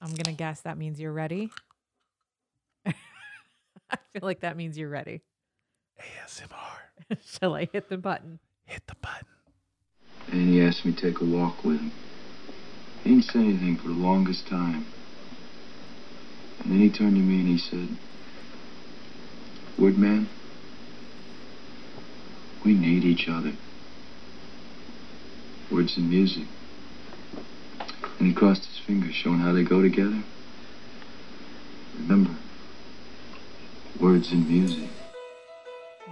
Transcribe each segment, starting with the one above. I'm gonna guess that means you're ready. I feel like that means you're ready. ASMR. Shall I hit the button? Hit the button. And he asked me to take a walk with him. He didn't say anything for the longest time. And then he turned to me and he said, Woodman, we need each other. Words and music. And he crossed his fingers, showing how they go together. Remember, words and music.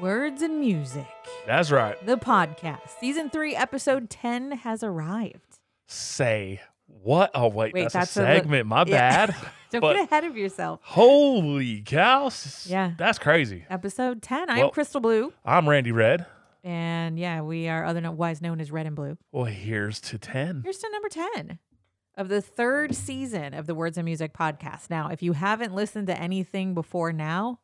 Words and music. That's right. The podcast, season three, episode ten, has arrived. Say what? Oh wait, Wait, that's, that's a a li- segment. My Yeah. bad. Don't But- get ahead of yourself. Holy cow! s- Yeah. that's crazy. Episode ten. I'm Well- Crystal Blue, I'm Randy Red. and yeah, we are otherwise known as Red and Blue. Well, here's to ten. Here's to number 10 of the third season of the Words and Music podcast. Now, if you haven't listened to anything before now,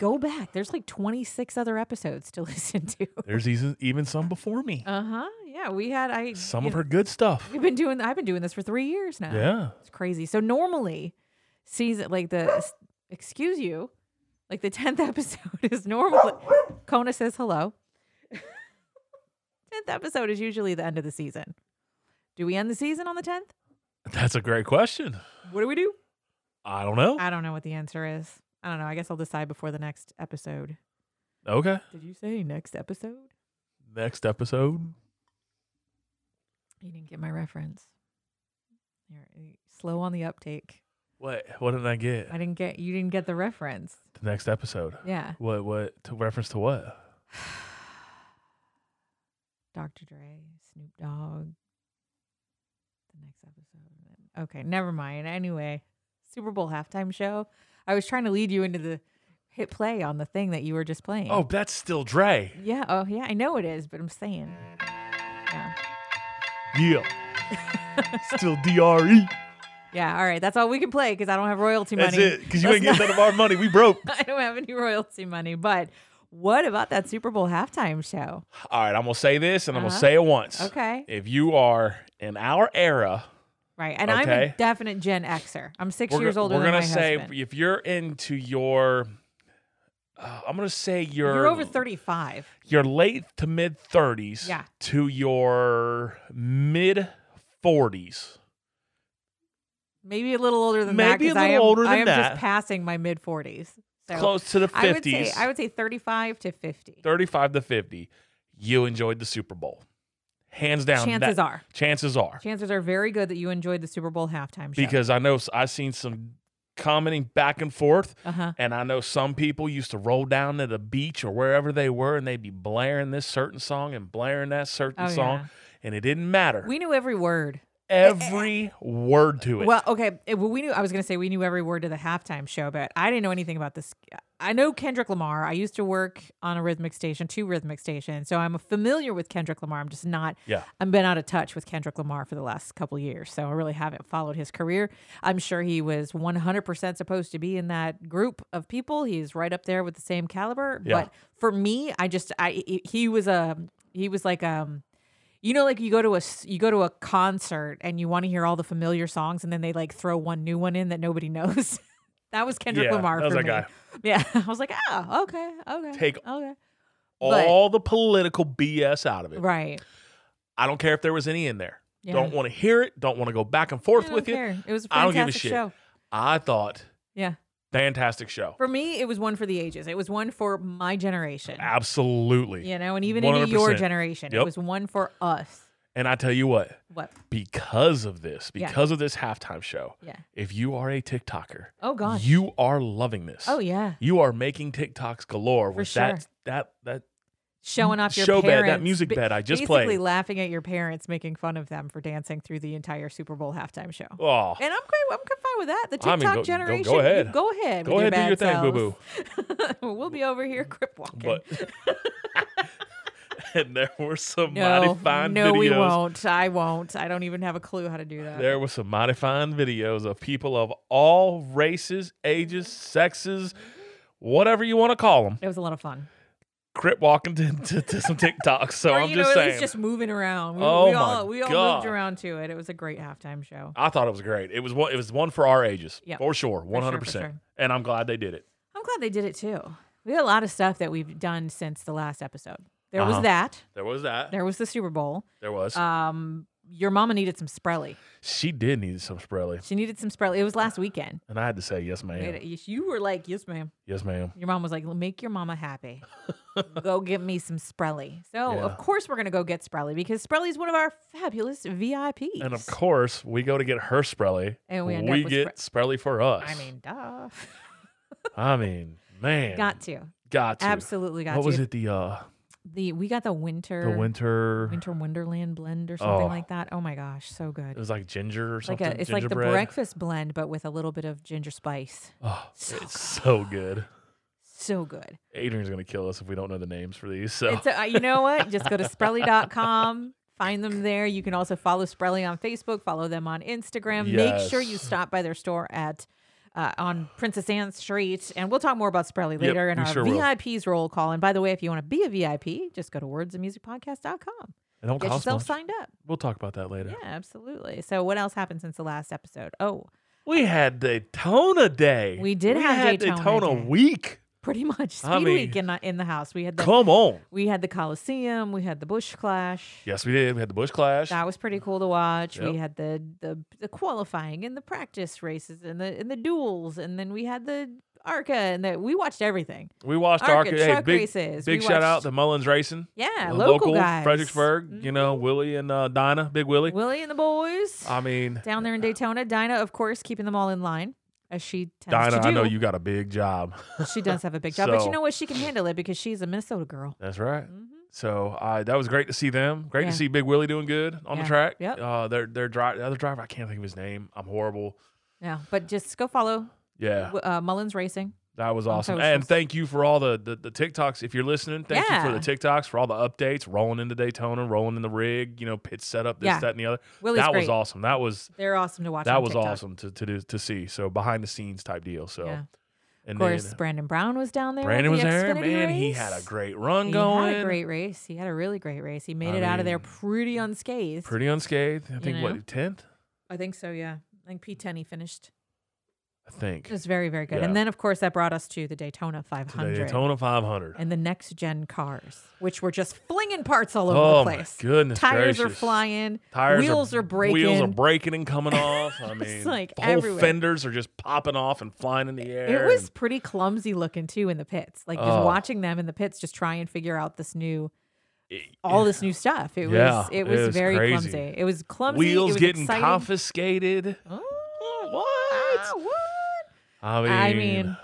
go back. There's like 26 other episodes to listen to. There's even even some before me. Uh huh. Yeah, we had I some you of know, her good stuff. We've been doing. I've been doing this for three years now. Yeah. it's crazy. So normally, season like the excuse you, like the tenth episode is normal. Kona says hello. Tenth episode is usually the end of the season. Do we end the season on the tenth? that's a great question. What do we do? I don't know. I don't know what the answer is. I don't know. I guess I'll decide before the next episode. okay, Did you say next episode? next episode. You didn't get my reference. You're uh, slow on the uptake. What? What did I get? I didn't get you didn't get the reference. The next episode. Yeah. What? What? To reference to what? Dr. Dre, Snoop Dogg. The next episode. Okay, never mind. Anyway, Super Bowl halftime show. I was trying to lead you into the hit play on the thing that you were just playing. Oh, that's still Dre. Yeah, oh yeah, I know it is, but I'm saying. Yeah. Yeah. still E. Dre. Yeah, all right. That's all we can play because I don't have royalty money. That's it. Because you That's ain't getting none of our money. We broke. not- I don't have any royalty money. But what about that Super Bowl halftime show? All right, I'm gonna say this, and I'm Uh-huh. gonna say it once. Okay. If you are in our era, Right. And I'm Okay. a definite Gen Xer. I'm 6 we're, years go- older we're than gonna my say husband. if you're into your, uh, I'm gonna say your You're over 35. your late to mid 30s, Yeah. to your mid 40s. Maybe a little older than that. Maybe a 'cause I little am, older I than am that. just passing my mid 40s. So Close to the 50s. I would say I would say 35 to 50. 35 to 50. You enjoyed the Super Bowl. Hands down. that- Chances are. Chances are. Chances are very good that you enjoyed the Super Bowl halftime show. because I know s- I've seen some commenting back and forth. uh-huh. And I know some people used to roll down to the beach or wherever they were and they'd be blaring this certain song and blaring that certain Oh, song. yeah. And it didn't matter. We knew every word. Every word to it. Well, okay. it- well, we knew. I was going to say we knew every word to the halftime show, but I didn't know anything about this. I know Kendrick Lamar. I used to work on a rhythmic station, two rhythmic stations, so I'm familiar with Kendrick Lamar. I'm just not. Yeah. I've been out of touch with Kendrick Lamar for the last couple years, so I really haven't followed his career. I'm sure he was 100% supposed to be in that group of people. He's right up there with the same caliber. Yeah. But for me, I just I he was a he was like um you know like you go to a s- you go to a concert and you want to hear all the familiar songs and then they like throw one new one in that nobody knows that was kendrick Yeah, lamar that was for that me guy. yeah i was like oh okay okay Take- okay but- All the political BS out of it. right I don't care if there was any in there. Yeah. Don't want to hear it. Don't want to go back and I forth don't with you. care. it was a fantastic I don't give a shit. show I thought yeah fantastic show. for me it was one for the ages it was one for my generation Absolutely. you know and even into your 100%. generation it Yep. was one for us And I tell you what, what because of this, Yeah. because of this halftime show, yeah if you are a TikToker, oh gosh you are loving this. oh yeah You are making TikToks galore For with that sure. that that showing off your show parents. bed, that music ba- bed I just basically played. laughing at your parents, making fun of them for dancing through the entire Super Bowl halftime show. Oh, And I'm great. I'm fine with that. The TikTok I mean, go- go- go generation. ahead. you Go ahead. go with ahead do your thing, boo boo. boo. we'll be over here crip walking. But and there were some no, mighty fine no, videos. we won't. I won't. I don't even have a clue how to do that. There were some mighty fine videos of people of all Mm-hmm. races, ages, sexes, whatever you want to call them, It was a lot of fun. crip walking to, to, to some TikToks. So or, I'm you just know, at saying. least just moving around. We, Oh we my all we all God. moved around to it. It was a great halftime show. I thought it was great. It was one. It was one for our ages, Yep. for sure, one hundred percent. sure. And I'm glad they did it. I'm glad they did it too. We had a lot of stuff that we've done since the last episode. There Uh-huh. was that. There was that. There, There was the Super Bowl. was. Um, your mama needed some Sprelly. she did need some Sprelly, She needed some Sprelly. It was last weekend. and I had to say yes, ma'am. It- You were like, "Yes, ma'am." Yes, ma'am. Your mom was like, "Make your mama happy. go get me some Sprelly." So Yeah. of course we're gonna go get Sprelly because Sprelly is one of our fabulous VIPs. And of course, we go to get her Sprelly, And we end up with get Sprelly for us. I mean, duh. I mean, man, got to got to. absolutely got what to. was it? The uh, The we got the winter the winter. Winter Wonderland blend or something Oh. like that. Oh my gosh, so It good. was like ginger or It's like something. a, it's like the gingerbread. breakfast blend, but with a little bit of ginger spice. Oh, So it's so good. So good. Adrian's gonna kill us if we don't know the names for these. So It's a, uh, you know what? Just go to Sprelly.com. Find them there. You can also follow Sprelly on Facebook. Follow them on Instagram. Make sure you Yes. stop by their store at uh, on Princess Anne Street, and we'll talk more about Sprelly later in we our sure will. VIPs roll call. And by the way, if you want to be a VIP, just go to wordsandmusicpodcast.com. it don't Get cost yourself much. signed up. We'll talk about that later. Yeah, absolutely. So, what else happened since the last episode? Oh, We had Daytona Day. We did have had Daytona Day. Week. pretty much speed I mean- week in the, in the house. We had the Come on. we had the Coliseum, we had the Bush Clash. Yes, we did. We had the Bush Clash. That was pretty cool to watch. Yep. We had the, the the qualifying and the practice races and the and the duels, and then we had the Arca and the, we watched everything. we watched Arca, our hey, truck big, races. big we shout out watched- to Mullins Racing. yeah the local, guys, Uh, Fredericksburg. Mhm. You know, Willie and uh, Dinah, Big Willie. Willie and the boys I mean, down there in Daytona. Dinah, of course, keeping them all in line as she tends Dinah, to do. I know you got a big job. She does have a big job, but So- you know what? She can handle it because she's a Minnesota girl. That's right. Mhm. So uh, that was great to see them. Great Yeah. to see Big Willie doing good on Yeah. the track. Yep. Uh, their their dri- the other driver, I can't think of his name. I'm horrible. Yeah, but just go follow Yeah, w- uh, Mullins Racing. that was on awesome. socials. And thank you for all the, the the TikToks. If you're listening, thank you for the TikToks for all the updates. Rolling into Daytona, rolling in the rig. You know, pit setup, this, Yeah. that, and the other. Willie's that great. was awesome. That was They're awesome to watch. that on was TikTok. awesome to to do, to see. So behind the scenes type deal. So Yeah. and Of course, then Brandon Brown was down there. at Brandon the was there. Xfinity Man, he race. had a great run He going. had a great race. He had a really great race. He made I it out of there mean, pretty unscathed. Pretty unscathed. I think know? what tenth. I think so. Yeah, I think P10 he finished. I think It was very very good. Yeah. And then of course that brought us to the Daytona To the 500 Daytona 500. and the next gen cars, which were just flinging parts all over oh the place. my goodness Tires are gracious. flying. Tires wheels are breaking. Wheels are breaking and coming off. I mean, It's like the whole everywhere. fenders are just popping off and flying in the air. It was and- pretty clumsy looking too in the pits. Like just Oh. watching them in the pits, just try and figure out this new, all this new stuff. It Yeah, was it it was, was very crazy. clumsy. It was clumsy. wheels it was getting exciting. confiscated. Oh, What? ah, what? I mean, I mean,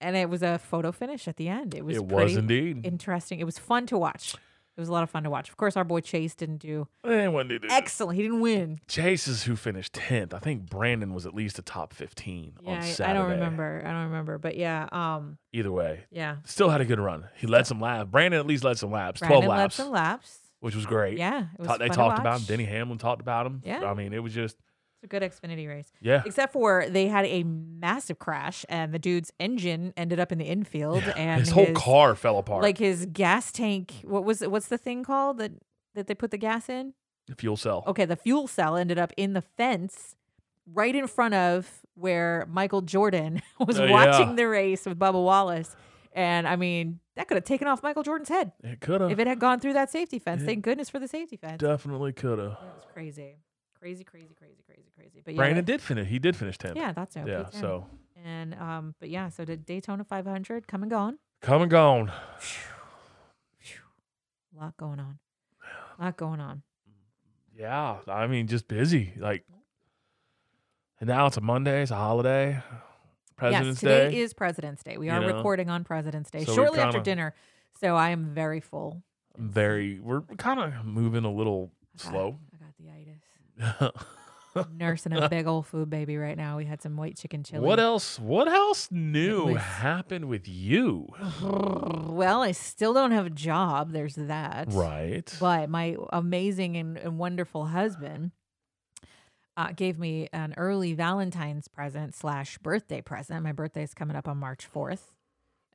and it was a photo finish at the end. It was it was pretty indeed. interesting. It was fun to watch. It was a lot of fun to watch. Of course, our boy Chase didn't do Eh, what did it- excellent. He didn't win. Chase is who finished tenth. I think Brandon was at least a top fifteen Yeah, on I, Saturday. I don't remember. I don't remember. But yeah, um, Either way, yeah. still had a good run. He led some laps. Brandon at least led some laps. Brandon Twelve led laps, some laps. which was great. Yeah, it was Ta- they fun to talked about him. watch. Denny Hamlin talked about him. Yeah. I mean, it was just It's a good Xfinity race. yeah. Except for they had a massive crash and the dude's engine ended up in the infield and his whole car fell apart. like his gas tank what was it what's the thing called that that they put the gas in? the fuel cell. Okay, the fuel cell ended up in the fence right in front of where Michael Jordan was Oh, yeah. watching the race with Bubba Wallace. And I mean, that could have taken off Michael Jordan's head It could have. if it had gone through that safety fence. It Thank goodness for the safety fence. Definitely could have. That was crazy. Crazy, crazy, crazy, crazy, crazy. But yeah, Brandon did finish. He did finish tenth. yeah, that's okay. Yeah. So And um, but yeah, so did Daytona 500 come and gone. come and gone. A lot going on. A lot going on. Yeah. I mean, just busy. Like, and now it's a Monday. It's a holiday. President's yes, today Day. is President's Day. We You are know? recording on President's Day So we shortly after kinda- dinner, so I am very full. Very. We're kind of moving a little I got- slow. I got the itis. Nursing a big old food baby right now. We had some white chicken chili. What else? What else new was- happened with you? Well, I still don't have a job. There's that. Right. But my amazing and, and wonderful husband uh, gave me an early Valentine's present slash birthday present. My birthday is coming up on March 4th.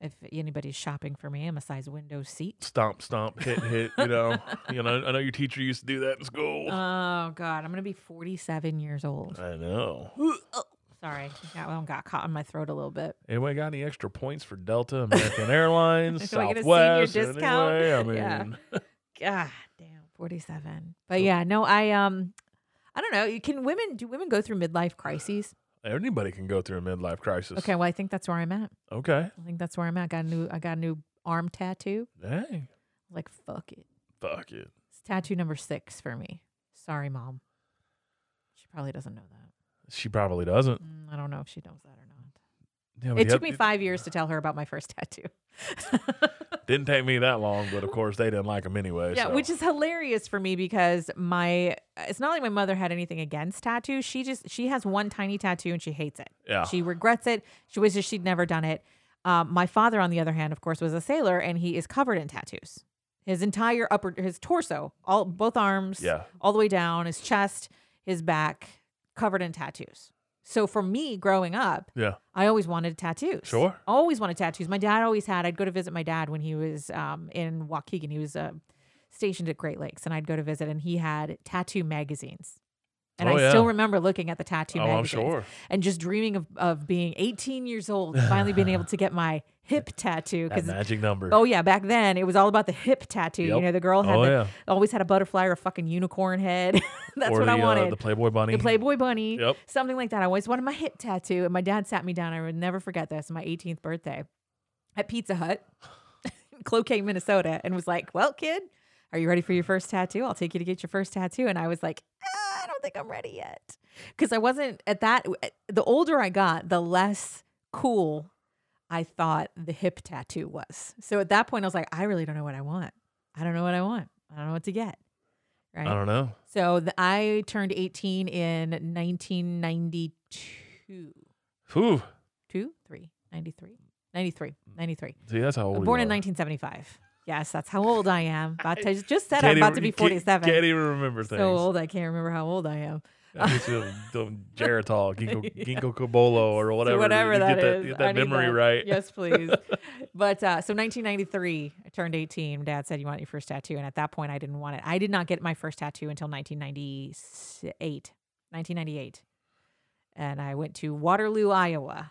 if anybody's shopping for me, I'm a size window seat. Stomp, stomp, hit, hit. You know, you know. I know your teacher used to do that in school. Oh God, I'm gonna be 47 years old. I know. Sorry, that one got caught in my throat a little bit. Anyone got any extra points for Delta, American Airlines, Do I get a senior Southwest? discount? Anyway, I mean, Yeah. God damn, 47. But yeah, no, I um, I don't know. You- Can women do women go through midlife crises? anybody can go through a midlife crisis. Okay, well, I think that's where I'm at. Okay. I think that's where I'm at. I got a new, I got a new arm tattoo. Hey, Like fuck it, fuck it. it's tattoo number six for me. Sorry, mom. She probably doesn't know that. She probably doesn't. Mm, I don't know if she knows that or not. Yeah, but It the took oth- me five years to tell her about my first tattoo. Didn't take me that long, but of course they didn't like him anyway. Yeah, so. which is hilarious for me because my it's not like my mother had anything against tattoos. She just she has one tiny tattoo and she hates it. yeah. She regrets it. She wishes she'd never done it. Um, my father, on the other hand, of course, was a sailor and he is covered in tattoos. His entire upper his torso, all both arms, yeah. oh, all the way down, his chest, his back, covered in tattoos. So for me growing up, Yeah. I always wanted tattoos. Sure. Always wanted tattoos. My dad always had. I'd go to visit my dad when he was um, in Waukegan. He was uh, stationed at Great Lakes, and I'd go to visit, and he had tattoo magazines. And Oh, I yeah. still remember looking at the tattoo Oh, magazines I'm sure. and just dreaming of, of being 18 years old, and finally being able to get my hip tattoo. That Because magic number. oh yeah, back then it was all about the hip tattoo. You Yep. know, the girl had Oh, the, yeah. always had a butterfly or a fucking unicorn head. That's or what the, I Uh, wanted the Playboy Bunny. the Playboy Bunny, Yep. something like that. I always wanted my hip tattoo, and my dad sat me down. I would never forget this. My 18th birthday at Pizza Hut, in Cloquet, Minnesota, and was like, "Well, kid, are you ready for your first tattoo? I'll take you to get your first tattoo." And I was like, "Ah, "I don't think I'm ready yet," because I wasn't at that. The older I got, the less cool I thought the hip tattoo was. So at that point, I was like, "I really don't know what I want. I don't know what I want. I don't know what to get." Right. I don't know. So th- I turned 18 in 1992. Whew. Two, three, 93, 93, Mm. 93. See, that's how old. Born you in are. 1975. Yes, that's how old I am. About to, just said Can't I'm even- about to be you can't- 47. Can't even remember things. so old, I can't remember how old I am. I used to do Geritol, Ginkgo, Ginkgo Cobolo, or whatever. So whatever you that get that, is, Get I that need memory that. right. Yes, please. but uh, so 1993, I turned 18. Dad said, "You want your first tattoo?" And at that point, I didn't want it. I did not get my first tattoo until 1998. 1998, and I went to Waterloo, Iowa,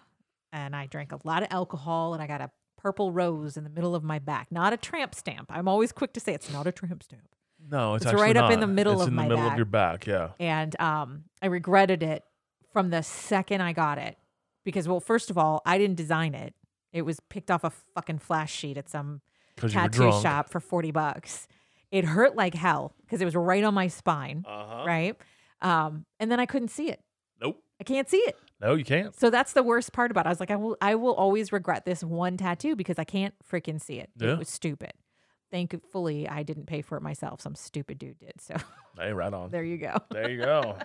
and I drank a lot of alcohol, and I got a purple rose in the middle of my back. Not a tramp stamp. I'm always quick to say it's not a tramp stamp. No, it's, It's actually right up in not. the middle It's of in the my middle back. of your back. Yeah. and um, I regretted it from the second I got it because, well, first of all, I didn't design it. It was picked off a fucking flash sheet at some Because you were tattoo drunk. shop for forty bucks. It hurt like hell because it was right on my spine, Uh huh. right? Um, and then I couldn't see it. Nope. I can't see it. No, you can't. So that's the worst part about it. I was like, I will, I will always regret this one tattoo because I can't freaking see it. Yeah. It was stupid. Thankfully, I didn't pay for it myself. Some stupid dude did. So Hey, right on. there you go. There you go.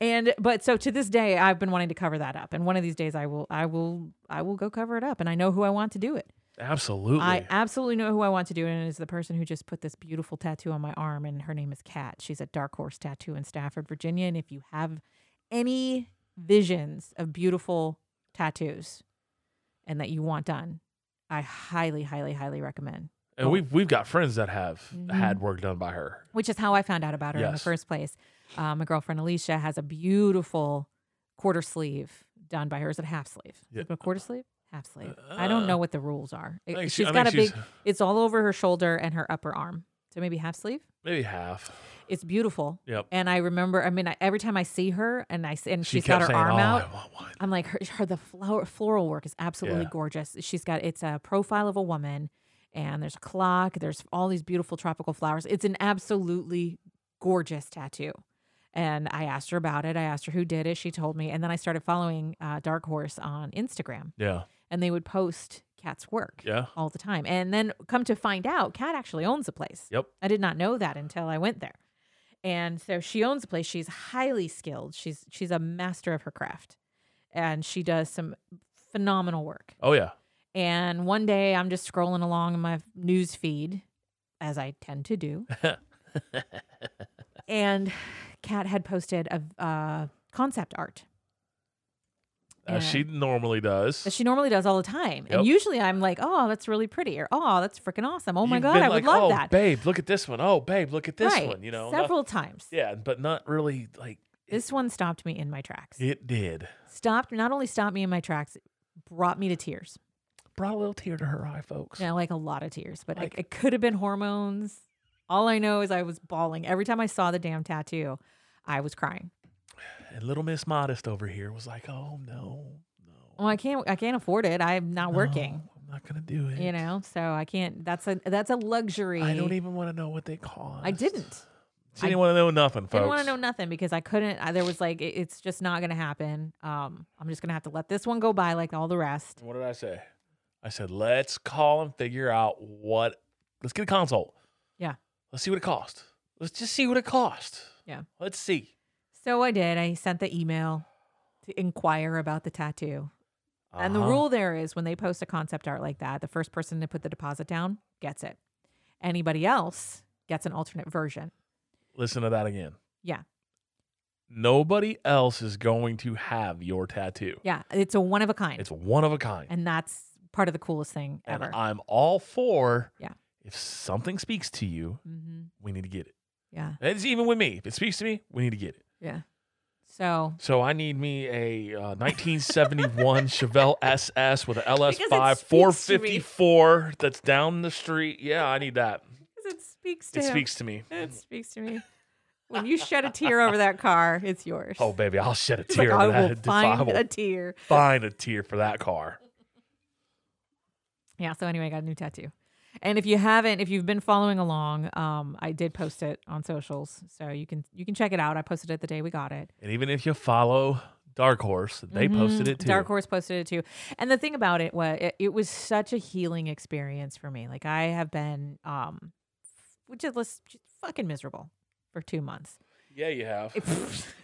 And but so to this day, I've been wanting to cover that up, and one of these days, I will, I will, I will go cover it up, and I know who I want to do it. Absolutely. I absolutely know who I want to do it, and it's the person who just put this beautiful tattoo on my arm, and her name is Kat. She's at Dark Horse Tattoo in Stafford, Virginia. And if you have any visions of beautiful tattoos and that you want done, I highly, highly, highly recommend. and we've we've got friends that have Mhm. had work done by her. which is how I found out about her in the Yes. first place. Um, my girlfriend Alicia has a beautiful quarter sleeve done by her. Is it a half sleeve? Is Yeah. Uh, it a quarter sleeve? Half sleeve. I don't know what the rules are. I It, think she- she's I got a think big, she's- it's all over her shoulder and her upper arm. So maybe half sleeve. Maybe half. It's beautiful. Yep. And I remember, I mean, I, every time I see her and I s- and She she's got kept her saying, arm "Oh, out, I want one. I'm like her, her the flower, floral work is absolutely Yeah. gorgeous. She's got it's a profile of a woman and there's a clock, there's all these beautiful tropical flowers. It's an absolutely gorgeous tattoo. And I asked her about it. I asked her who did it. She told me. And then I started following uh, Dark Horse on Instagram Yeah. and they would post Kat's work Yeah. all the time. And then come to find out, Kat actually owns the place. Yep. I did not know that until I went there. And so she owns the place. She's highly skilled. She's she's a master of her craft. And she does some phenomenal work. Oh yeah. And one day I'm just scrolling along in my news feed, as I tend to do. and Kat had posted a uh, concept art. as she normally does. that she normally does all the time. Yep. And usually I'm like, oh, that's really pretty, or oh, that's freaking awesome. Oh my You've god, been I like, would love oh, that. babe. Look at this one. Oh, babe, look at this right. one. You know, noth- several times. yeah, but not really like This one stopped me in my tracks. it did. Stopped not only stopped me in my tracks, it brought me to tears. Brought a little tear to her eye, folks. Yeah, like a lot of tears, but Like- it, it could have been hormones. All I know is I was bawling every time I saw the damn tattoo. I was crying. And little Miss Modest over here was like, "Oh no, no, Well, I can't. I can't afford it. I'm not no, working. I'm not gonna do it. You know, so I can't. That's a that's a luxury. I don't even want to know what they cost. I didn't. She didn't want to know nothing, folks. Didn't want to know nothing because I couldn't. I, there was like, it, it's just not going to happen. Um, I'm just going to have to let this one go by like all the rest. What did I say? I said, let's call and figure out what. Let's get a consult. Yeah. Let's see what it cost. Let's just see what it cost. Yeah. Let's see. So I did. I sent the email to inquire about the tattoo. And the Uh-huh. rule there is when they post a concept art like that, the first person to put the deposit down gets it. Anybody else gets an alternate version. Listen to that again. Yeah. Nobody else is going to have your tattoo. Yeah. It's a one of a kind. It's one of a kind. and that's part of the coolest thing And ever. I'm all for. Yeah. If something speaks to you, hmm we need to get it. Yeah. And It's even with me. If it speaks to me, we need to get it. Yeah. So So I need me a uh, 1971 Chevelle SS with an LS5 Because it speaks 454 that's down the street. Yeah, I need that. 'cause it speaks to It him. speaks to me. It speaks to me. When you shed a tear over that car, it's yours. Oh, baby, I'll shed a It's like, tear. I for that. will find I will a tear. find a tear for that car. Yeah. So anyway, I got a new tattoo. And if you haven't, if you've been following along, um, I did post it on socials, so you can you can check it out. I posted it the day we got it. And even if you follow Dark Horse, they posted Mhm. it too. Dark Horse posted it too. And the thing about it was, it, it was such a healing experience for me. Like I have been, um, f- just, let's- just fucking miserable for two months. Yeah, you have.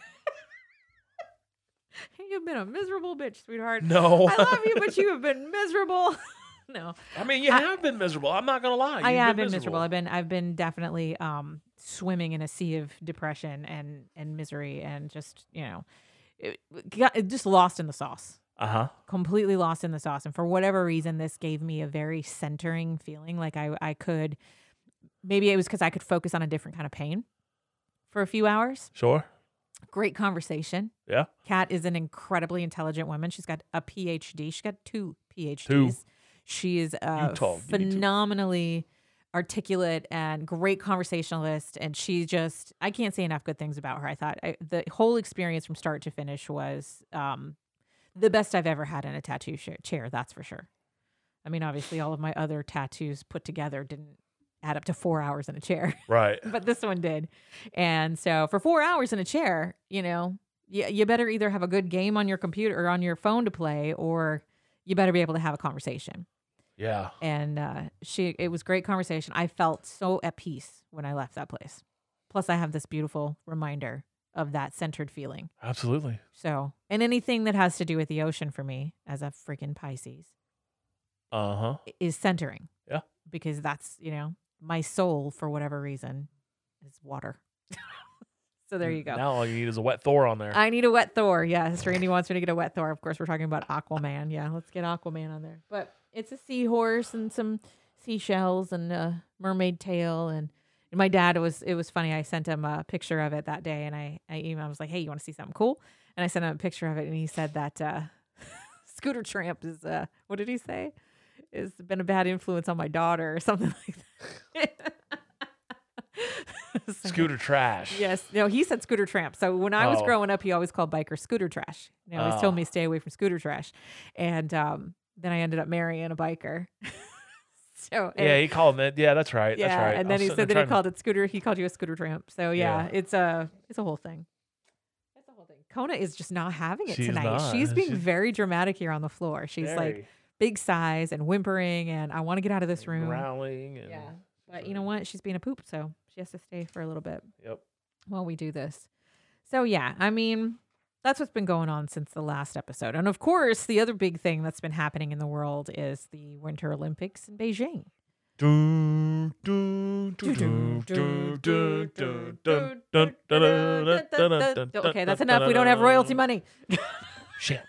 You've been a miserable bitch, sweetheart. no. I love you, but you have been miserable. no, I mean, you I- have been miserable. I'm not going to lie. I You've have been miserable. I've been I've been definitely um, swimming in a sea of depression and and misery and just you know, it, got, it just lost in the sauce, Uh-huh. completely lost in the sauce. And for whatever reason, this gave me a very centering feeling, like I I could maybe it was because I could focus on a different kind of pain for a few hours. Sure. Great conversation. Yeah. Kat is an incredibly intelligent woman. She's got a PhD. She's got two PhDs. She is uh, Utah, give me two. phenomenally articulate and great conversationalist. And she just, I can't say enough good things about her. I thought I, the whole experience from start to finish was um, the best I've ever had in a tattoo sh- chair, that's for sure. I mean, obviously, all of my other tattoos put together didn't add up to four hours in a chair Right. but this one did. And so for four hours in a chair, you know, you, you better either have a good game on your computer or on your phone to play, or you better be able to have a conversation. Yeah. And uh, she, it was great conversation. I felt so at peace when I left that place. Plus, I have this beautiful reminder of that centered feeling. Absolutely. So, and anything that has to do with the ocean for me as a freaking Pisces Uh-huh. is centering. Yeah. Because that's, you know, my soul for whatever reason is water. so there you go. Now all you need is a wet Thor on there. I need a wet Thor. Yes. Randy wants me to get a wet Thor. Of course, we're talking about Aquaman. Yeah. Let's get Aquaman on there. But it's a seahorse and some seashells and a mermaid tail. And my dad was, it was funny. I sent him a picture of it that day and I, I emailed, I was like, hey, you want to see something cool? And I sent him a picture of it and he said that uh, Scooter Tramp is, uh, what did he say? Has been a bad influence on my daughter or something like that. So- Scooter trash. Yes. No, he said scooter tramp. So when I was Oh. growing up, he always called biker scooter trash. And he always told Oh. me stay away from scooter trash. And um, then I ended up marrying a biker. so Yeah, he called it. Yeah, that's right. Er yeah, that's right. And then I was he said sitting there that he trying called it scooter. He called you a scooter tramp. So yeah, Yeah. it's a it's a whole thing. It's a whole thing. Kona is just not having it She's tonight. not. She's being She's- very dramatic here on the floor. to- She's like Very big sighs and whimpering, and I want to get out of this room. growling. And, Yeah, but you know what? She's being a poop, so she has to stay for a little bit Yep. while we do this. So yeah, I mean, that's what's been going on since the last episode. And of course, the other big thing that's been happening in the world is the Winter Olympics in Beijing. Do, do, do, do, do, do, do, dun, dun, dun, dun, dun, dun, dun, dun, Okay, that's dun, enough. We don't have royalty dun. money. Shit.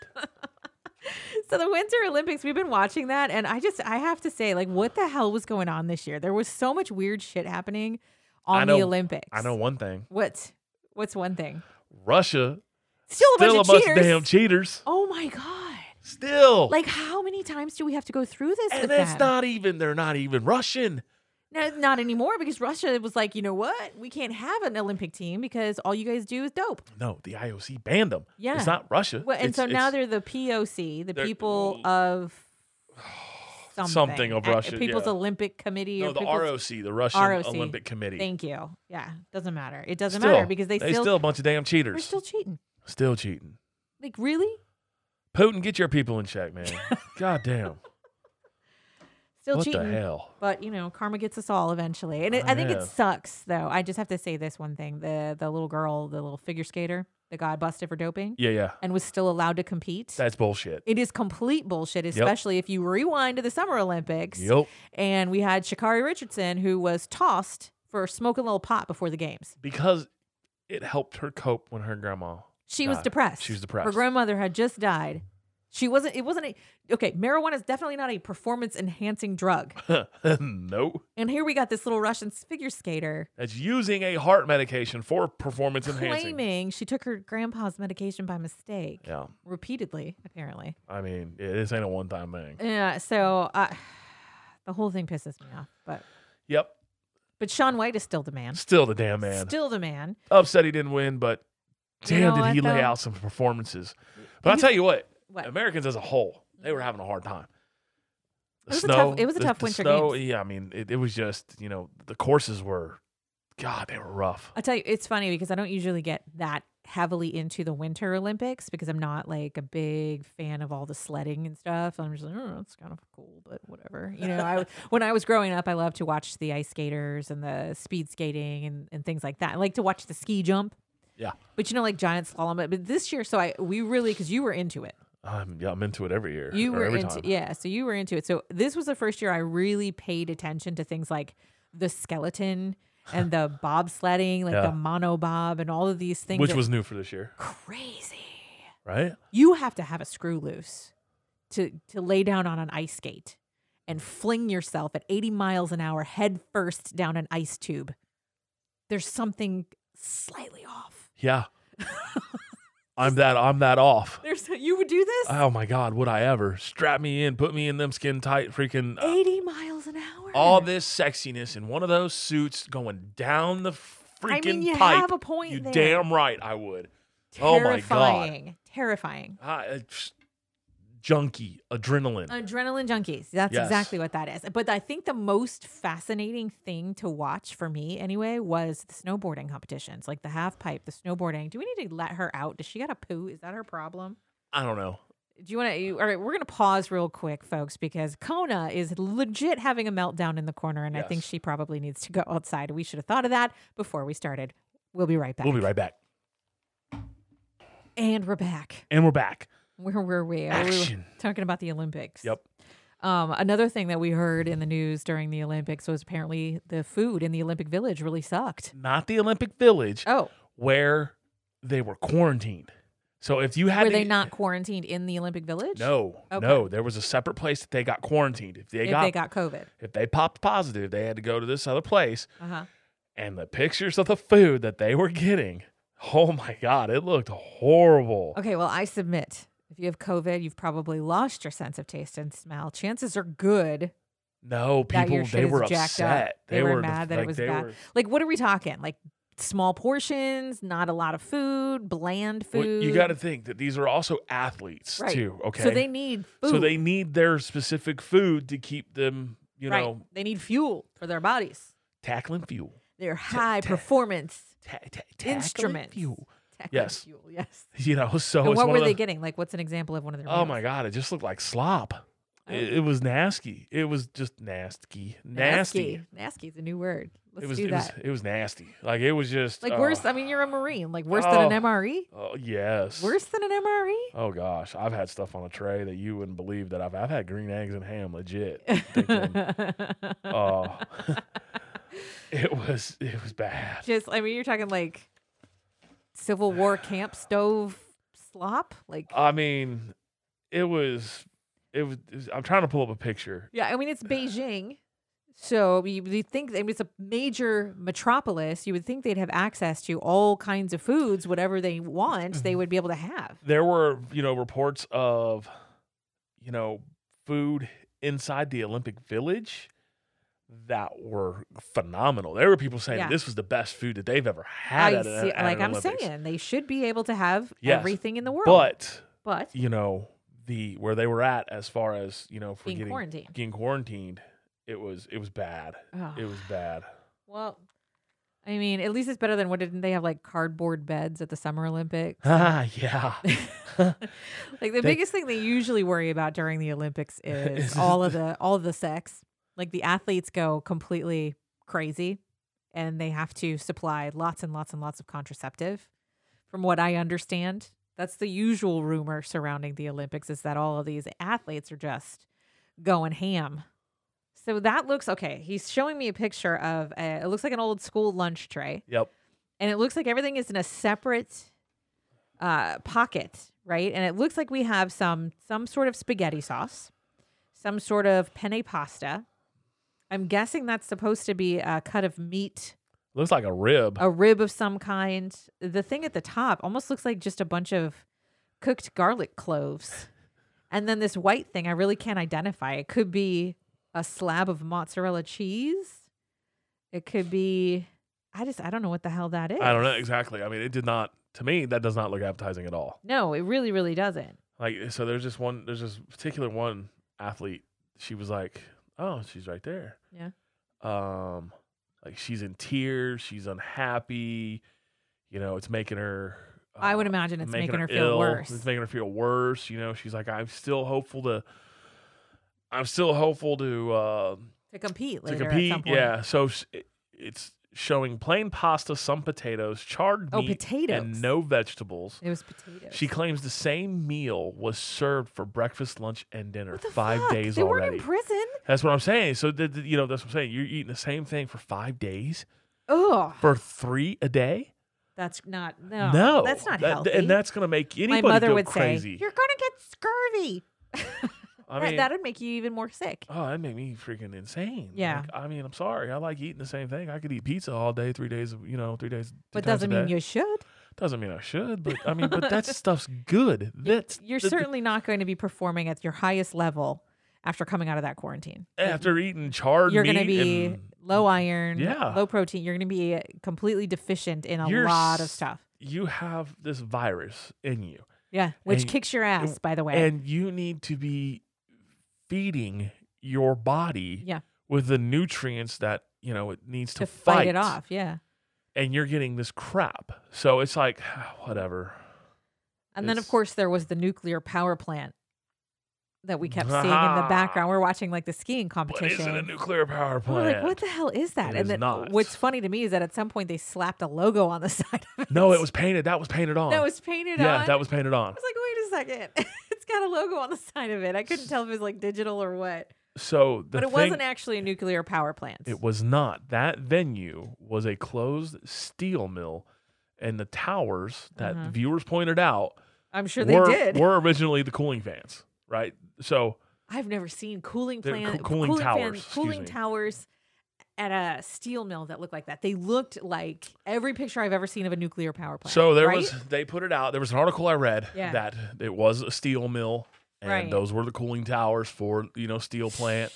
So the Winter Olympics, we've been watching that, and I just I have to say, like, what the hell was going on this year? There was so much weird shit happening on I know- the Olympics. I know one thing. What? What's one thing? Russia Still a still a bunch bunch of of cheaters. damn cheaters. oh my god! Still. Like, how many times do we have to go through this? and with that's them? not even they're not even Russian. No, not anymore because Russia was like, you know what? We can't have an Olympic team because all you guys do is dope. No, the IOC banned them. Yeah. It's not Russia. Well, and It's- so now it's- they're the POC, the They're- people of something, Something of Uh, Russia, People's yeah. Olympic Committee. no, or the People's- ROC, the Russian ROC. Olympic Committee. Thank you. Yeah, doesn't matter. It doesn't Still, matter because they, still, a bunch of damn they're cheaters. still cheating. Still cheating. Like really, Putin, get your people in check, man. God damn. still what cheating. the hell? But you know, karma gets us all eventually, and it, I I think it know. sucks though. I just have to say this one thing: the the little girl, the little figure skater, that got busted for doping Yeah, yeah. and was still allowed to compete. That's bullshit. It is complete bullshit, especially if you rewind to the Summer Olympics. Yep. And we had Shakari Richardson, who was tossed for smoking a little pot before the games. Because it helped her cope when her grandma. She was Died. depressed. She was depressed. Her grandmother had just died. She wasn't, it wasn't a, okay, marijuana is definitely not a performance enhancing drug. no. And here we got this little Russian figure skater That's using a heart medication for performance enhancing. claiming she took her grandpa's medication by mistake Yeah. repeatedly, apparently. I mean, yeah, this ain't a one time thing. Yeah. So uh, the whole thing pisses me off. But, Yep. but Sean White is still the man. Still the damn man. Still the man. Upset he didn't win, but You damn, know did what, he lay though? out some performances. But I'll tell you what, What? Americans as a whole, they were having a hard time. The It was a snow- tough- it was a the- tough the winter snow, games. Yeah, I mean, it, it was just you know the courses were, God, they were rough. I'll tell you, it's funny because I don't usually get that heavily into the Winter Olympics because I'm not like a big fan of all the sledding and stuff. I'm just like, oh, that's kind of cool, but whatever. You know, I when I was growing up, I loved to watch the ice skaters and the speed skating and, and things like that. I like to watch the ski jump. Yeah. But you know, like giant slalom. But this year, so I we really because you were into it. I'm yeah, I'm into it every year. You or were every into time. yeah, so you were into it. So this was the first year I really paid attention to things like the skeleton and the bobsledding, like Yeah. the monobob and all of these things. which that- was new for this year, crazy. right? You have to have a screw loose to to lay down on an ice skate and fling yourself at 80 miles an hour head first down an ice tube. There's something slightly off. Yeah, I'm that I'm that off. There's you would do this? Oh my God, would I ever strap me in, put me in them skin tight freaking. 80 miles an hour. all this sexiness in one of those suits going down the freaking I mean, you pipe. have a point you there. damn right I would. Oh my God. terrifying, terrifying. I, it's uh, junkie adrenaline. Adrenaline junkies. That's Yes. exactly what that is. But I think the most fascinating thing to watch for me, anyway, was the snowboarding competitions, like the half pipe, the snowboarding. Do we need to let her out? Does she got a poo? Is that her problem? I don't know. Do you want to? All right, we're gonna pause real quick, folks, because Kona is legit having a meltdown in the corner, and I think Yes. she probably needs to go outside. We should have thought of that before we started. We'll be right back. We'll be right back. And we're back. And we're back. Where were we? Oh, We were Action. talking about the Olympics. Yep. Um, another thing that we heard in the news during the Olympics was apparently the food in the Olympic Village really sucked. Not the Olympic Village Oh, where they were quarantined. So if you had were to, they not quarantined in the Olympic Village? No, Okay. no. There was a separate place that they got quarantined. If they if got, they got COVID. if they popped positive, they had to go to this other place. Uh huh. And the pictures of the food that they were getting, oh my god, it looked horrible. Okay, well, I submit. If you have COVID, you've probably lost your sense of taste and smell. Chances are good No, that people your shit they is were jacked upset. up. They, were, mad that like, it was they bad. were- Like, what are we talking? Like small portions, not a lot of food, bland Well, food. you got to think that these are also athletes Right. too. Okay, So they need food. So they need their specific food to keep them, you right. know, they need fuel for their bodies. tackling fuel. They're high ta- performance Ta- ta- tackling instruments. fuel. Tech Yes. fuel, yes. You know, so and it's what one were of they the- getting? Like, what's an example of one of their? Oh meals? my god, it just looked like slop. Oh. It, it was nasty. It was just nasty, nasty. Nasty is a new word. Let's It was, do it was that. it was nasty. Like it was just like oh, worse. I mean, you're a marine. Like worse than Oh. an MRE. Oh yes. Worse than an E? MRE. Oh gosh, I've had stuff on a tray that you wouldn't believe that I've I've had green eggs and ham legit. Thinking, oh, it was it was bad. Just, I mean, you're talking like Civil War camp stove slop. Like I mean, it was it was, it was- I'm trying to pull up a picture. Yeah, I mean it's Beijing, so you you think I mean, it's a major metropolis. You would think they'd have access to all kinds of foods, whatever they want, Mm-hmm. they would be able to have. There were, you know, reports of you know, food inside the Olympic Village that were phenomenal. There were people saying Yeah. this was the best food that they've ever had I at, a- see, at like an I'm Olympics. saying, they should be able to have Yes, everything in the world. But, but you know, the where they were at as far as, you know, for being getting quarantined. getting quarantined, it was it was bad. Ugh. It was bad. Well, I mean, at least it's better than what didn't they have like cardboard beds at the Summer Olympics? Ah, yeah. Like the They- biggest thing they usually worry about during the Olympics is Is all of the all of the sex. Like the athletes go completely crazy and they have to supply lots and lots and lots of contraceptive. From what I understand, that's the usual rumor surrounding the Olympics is that all of these athletes are just going ham. So that looks okay. He's showing me a picture of a, it looks like an old school lunch tray yep. and it looks like everything is in a separate uh, pocket, right? And it looks like we have some some sort of spaghetti sauce, some sort of penne pasta. I'm guessing that's supposed to be a cut of meat, Looks like a rib. a rib of some kind. The thing at the top almost looks like just a bunch of cooked garlic cloves. And then this white thing, I really can't identify. It could be a slab of mozzarella cheese. It could be I just I don't know what the hell that is. I don't know exactly. I mean, it did not to me that does not look appetizing at all. No, it really, really doesn't. Like so there's this one there's this particular one athlete. She was like, "Oh, she's right there." Yeah. Um like she's in tears, she's unhappy. You know, it's making her I would uh, imagine it's making, her, feel ill. worse. It's making her feel worse. You know, she's like, I'm still hopeful to, I'm still hopeful to uh, to compete to later at compete. some point. Yeah. So sh- it- it's showing plain pasta, some potatoes, charred Oh, meat, potatoes. and no vegetables. It was potatoes. She claims the same meal was served for breakfast, lunch, and dinner What the five fuck? days They weren't already. in prison. That's what I'm saying. So th- th- you know, that's what I'm saying. You're eating the same thing for five days Oh, for three a day. that's not no. no, that's not That- healthy. and that's gonna make anybody my mother go would crazy. say, "You're gonna get scurvy." I That- mean, that would make you even more sick. Oh, that made me freaking insane. Yeah. Like, I mean, I'm sorry. I like eating the same thing. I could eat pizza all day, three days, you know, three days. two But times a doesn't mean day. you should. Doesn't mean I should, but I mean, but that stuff's good. That's You're that- certainly not going to be performing at your highest level after coming out of that quarantine. after eating charred You're meat. going to be and low iron, Yeah. low protein. You're going to be completely deficient in a You're lot of s- stuff. you have this virus in you, Yeah, which and- kicks your ass, by the way. and you need to be feeding your body Yeah. with the nutrients that you know it needs to, to fight it off. Yeah. And you're getting this crap, so it's like whatever. And then, of It's- course, there was the nuclear power plant that we kept seeing in the background. We're watching like the skiing What is competition. it? A nuclear power We're plant? like, what the hell is that? It and is then not. what's funny to me is that at some point they slapped a logo on the side of it. No, it was painted. That was painted on. that was painted yeah, on. that was painted on. I was like, wait a second, it's got a logo on the side of it. I couldn't tell if it was like digital or what, So the but it thing, wasn't actually a nuclear power plant. It was not. That venue was a closed steel mill, and the towers that Uh-huh. viewers pointed out I'm sure they were did. were originally the cooling fans, right? So I've never seen cooling They're plant, coo- cooling fan- towers, excuse cooling me. towers at a steel mill that looked like that. They looked like every picture I've ever seen of a nuclear power plant. so there right? was. They put it out. There was an article I read Yeah. that it was a steel mill, and Right. those were the cooling towers for you know steel plant.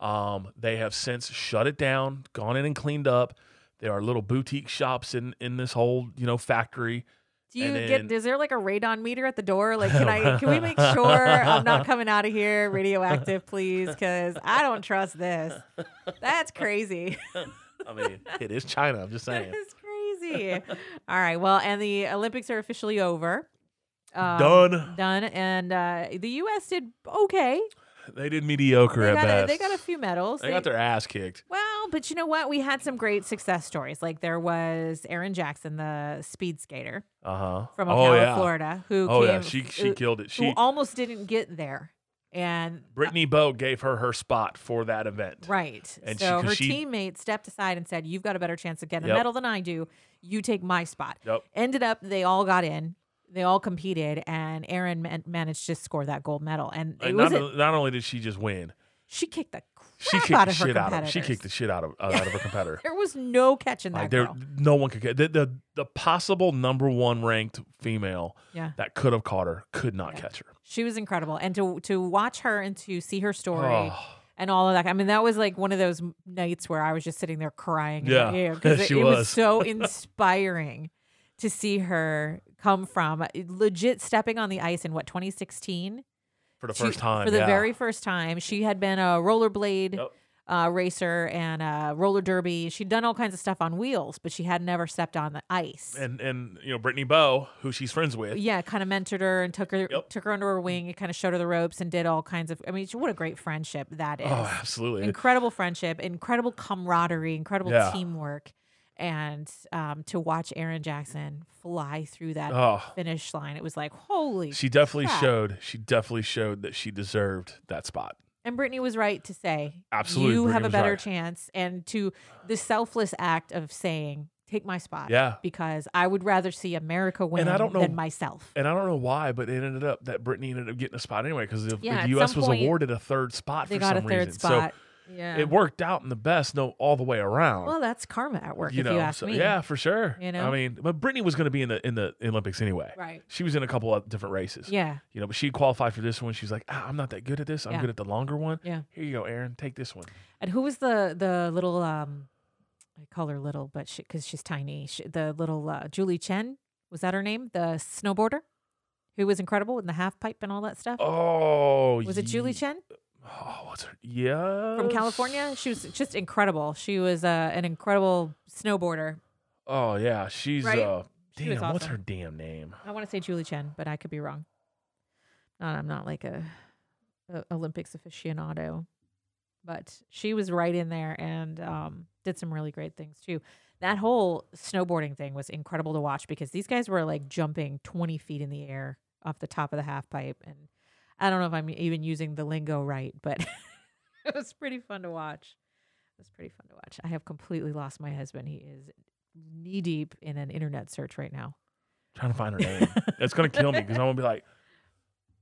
Um, they have since shut it down, gone in and cleaned up. There are little boutique shops in in this whole you know factory. Do you and get? then- Is there like a radon meter at the door? Like, can I? Can we make sure I'm not coming out of here radioactive, please? Because I don't trust this. That's crazy. I mean, it is China. I'm just that saying. is crazy. All right. Well, and the Olympics are officially over. Um, Done. Done. And uh, the U.S. did okay. They did mediocre They at got, a, best. they got a few medals. They got their ass kicked. Well, but you know what? We had some great success stories. Like there was Erin Jackson, the speed skater Uh huh. from oh Ocala, yeah. Florida, who Oh came, yeah. She she who, killed it. who She almost didn't get there, and Brittany Bowe gave her her spot for that event. right. And she- so 'cause her she- teammate stepped aside and said, "You've got a better chance of getting a Yep. medal than I do. You take my spot." Yep. Ended up, they all got in. they all competed, and Aaron man- managed to score that gold medal. And it And was not, a, not only did she just win, she kicked the she crap kicked out the of her shit out of competitors. she kicked the shit out of uh, out of her competitor. There was no catching that like there, girl. no one could get the, the the possible number one ranked female Yeah, that could have caught her could not Yeah. catch her. she was incredible, and to to watch her and to see her story. Oh, and all of that. I mean, that was like one of those m- nights where I was just sitting there crying. in Yeah, my ear 'cause she it, it was was. so inspiring to see her come from uh, legit stepping on the ice in what 2016 for the She- first time, for the yeah. very first time. She had been a rollerblade Yep. uh, racer and a roller derby. She'd done all kinds of stuff on wheels, but she had never stepped on the ice. and and you know Brittany Bow, who she's friends with, yeah, kind of mentored her and took her Yep. took her under her wing and kind of showed her the ropes and did all kinds of. I mean, what a great friendship that is! Oh, absolutely. incredible friendship, incredible camaraderie, incredible Yeah. teamwork, and um, to watch Aaron Jackson fly through that oh, finish line, it was like holy. she definitely crap. showed. She definitely showed that she deserved that spot. and Brittany was right to say, Absolutely, you have Brittany a was better right. chance, and to the selfless act of saying, take my spot, Yeah. because I would rather see America win I don't know- than myself. And I don't know why, but it ended up that Brittany ended up getting a spot anyway because if Yeah, at the U.S. some was point, awarded a third spot They for got a some third reason, spot. so yeah. it worked out in the best, no, all the way around. well, that's karma at work, Oh. you if know, you ask so- me. yeah, for sure. You know? I mean, but Brittany was going to be in the in the Olympics anyway. Right. She was in a couple of different races. Yeah. You know, but she qualified for this one. She's like, ah, I'm not that good at this. I'm Yeah. good at the longer one. Yeah. Here you go, Aaron. Take this one. And who was the the little um I call her little, but she because she's tiny. She, the little uh, Julie Chen was that her name? The snowboarder who was incredible in the half pipe and all that stuff. Oh, was it Julie ye- uh, Chen Oh, what's her? Yeah. from California? She was just incredible. She was uh, an incredible snowboarder. Oh yeah, she's Right? uh. She Damn, was what's awesome. her damn name? I want to say Julie Chen, but I could be wrong. Not, I'm not like a, a Olympics aficionado, but she was right in there and um, did some really great things too. That whole snowboarding thing was incredible to watch because these guys were like jumping 20 feet in the air off the top of the half pipe. And I don't know if I'm even using the lingo right, but it was pretty fun to watch. It was pretty fun to watch. I have completely lost my husband. He is knee deep in an internet search right now. trying to find her name. It's gonna kill me because I'm gonna be like,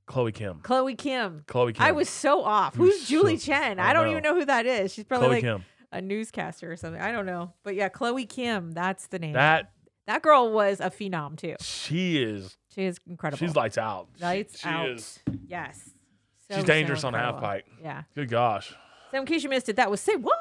Chloe Kim. Chloe Kim. Chloe Kim. I was so off. You were Who's Julie so- Chen? I I don't know. even know who that is. She's probably Chloe like Kim. a newscaster or something. I don't know. But yeah, Chloe Kim, that's the name. That, That girl was a phenom too. she is. She is incredible. She's lights out. She- lights she out. Is, Yes. She's dangerous on half incredible. pipe. Yeah. good gosh. So in case you missed it, that was say what?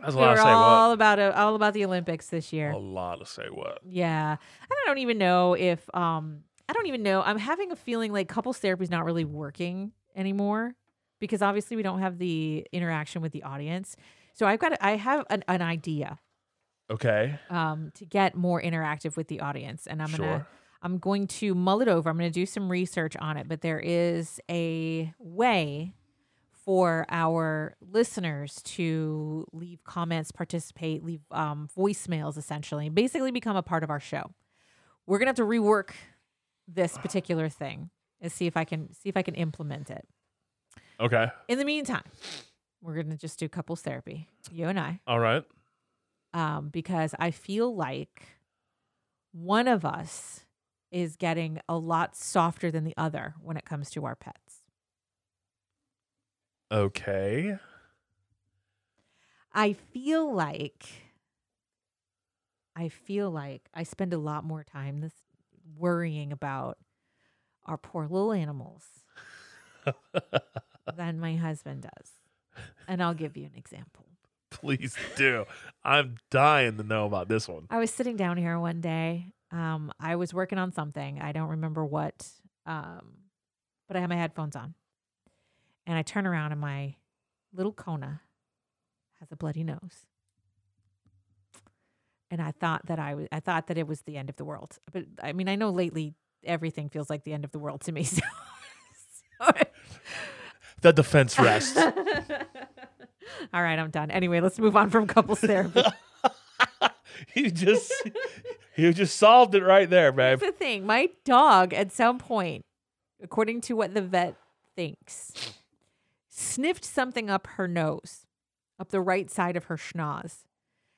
That's We why I were say all what. about uh, all about the Olympics this year. A lot of say what. Yeah. And I don't even know if um I don't even know. I'm having a feeling like couples therapy is not really working anymore because obviously we don't have the interaction with the audience. So I've got I have an, an idea Okay. um to get more interactive with the audience and I'm going to Sure. I'm going to mull it over. I'm going to do some research on it, but there is a way for our listeners to leave comments, participate, leave um, voicemails, essentially, basically become a part of our show. We're gonna have to rework this particular thing and see if I can see if I can implement it. Okay. In the meantime, we're gonna just do couples therapy, you and I, All right. um, because I feel like one of us is getting a lot softer than the other when it comes to our pets. Okay. I feel like I feel like I spend a lot more time this worrying about our poor little animals than my husband does. And I'll give you an example. Please do. I'm dying to know about this one. I was sitting down here one day. Um, I was working on something. I don't remember what, um, but I had my headphones on. And I turn around and my little Kona has a bloody nose. And I thought that I was I thought that it was the end of the world. But I mean, I know lately everything feels like the end of the world to me. So, so The defense rest. all right, I'm done. Anyway, let's move on from couples therapy. you just you just solved it right there, babe. Here's the thing. My dog, at some point, according to what the vet thinks, sniffed something up her nose, up the right side of her schnoz.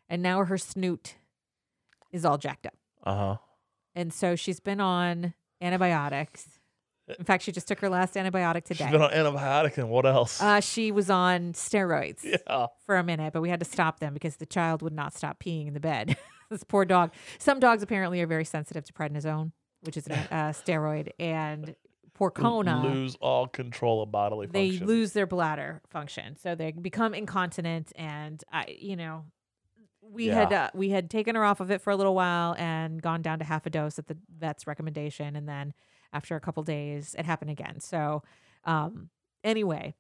And now her snoot is all jacked up. Uh huh. And so she's been on antibiotics. In fact, she just took her last antibiotic She's today. been on antibiotic and what else? uh, she was on steroids yeah. for a minute, but we had to stop them because the child would not stop peeing in the bed. this poor dog. Some dogs apparently are very sensitive to prednisone, which is a uh, steroid, and porcona. Lose all control of bodily they function. lose their bladder function, so they become incontinent. And I, you know, we had uh, we had taken her off of it for a little while and gone down to half a dose at the vet's recommendation, and then after a couple days, it happened again. So, um, anyway,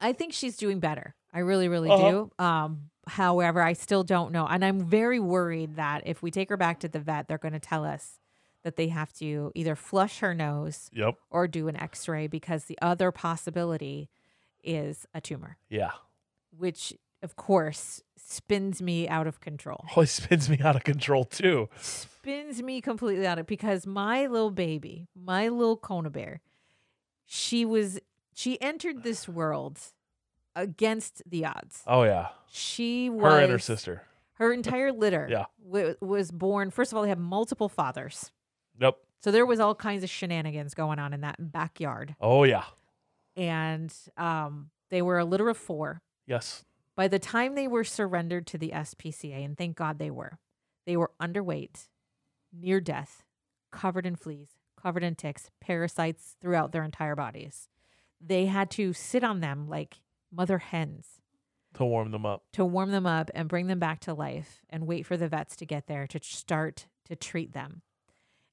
I think she's doing better. I really, really Uh-huh. do. Um, however, I still don't know, and I'm very worried that if we take her back to the vet, they're going to tell us that they have to either flush her nose Yep. or do an x ray because the other possibility is a tumor, Yeah. which of course spins me out of control. Always spins me out of control too. Spins me completely out of because my little baby, my little Kona bear, she was she entered this world against the odds. Oh yeah. She was Her and her sister. her entire litter Yeah. wa- was born first of all they had multiple fathers. Yep. So there was all kinds of shenanigans going on in that backyard. Oh yeah. and um, they were a litter of four. Yes. By the time they were surrendered to the SPCA, and thank God they were, they were underweight, near death, covered in fleas, covered in ticks, parasites throughout their entire bodies. They had to sit on them like mother hens To warm them up. to warm them up and bring them back to life and wait for the vets to get there to tr- start to treat them.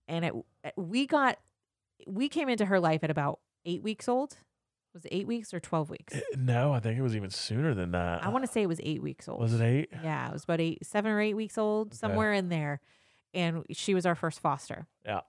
And it we got we came into her life at about 8 weeks old. Was it 8 weeks or 12 weeks? Eh, No, I think it was even sooner than that. I want to say it was eight weeks old. Was it eight? Yeah, it was about eight, seven or eight weeks old, Okay. somewhere in there. And she was our first foster. Yeah.